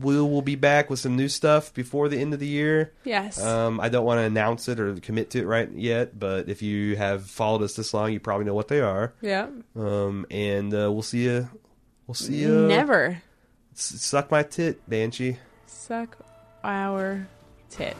Speaker 1: we will be back with some new stuff before the end of the year.
Speaker 2: Yes.
Speaker 1: Um, I don't want to announce it or commit to it right yet, but if you have followed us this long, you probably know what they are.
Speaker 2: yeah.
Speaker 1: Um, and uh, we'll see you. We'll see you.
Speaker 2: Never
Speaker 1: S- suck my tit, Banshee.
Speaker 2: suck our tit.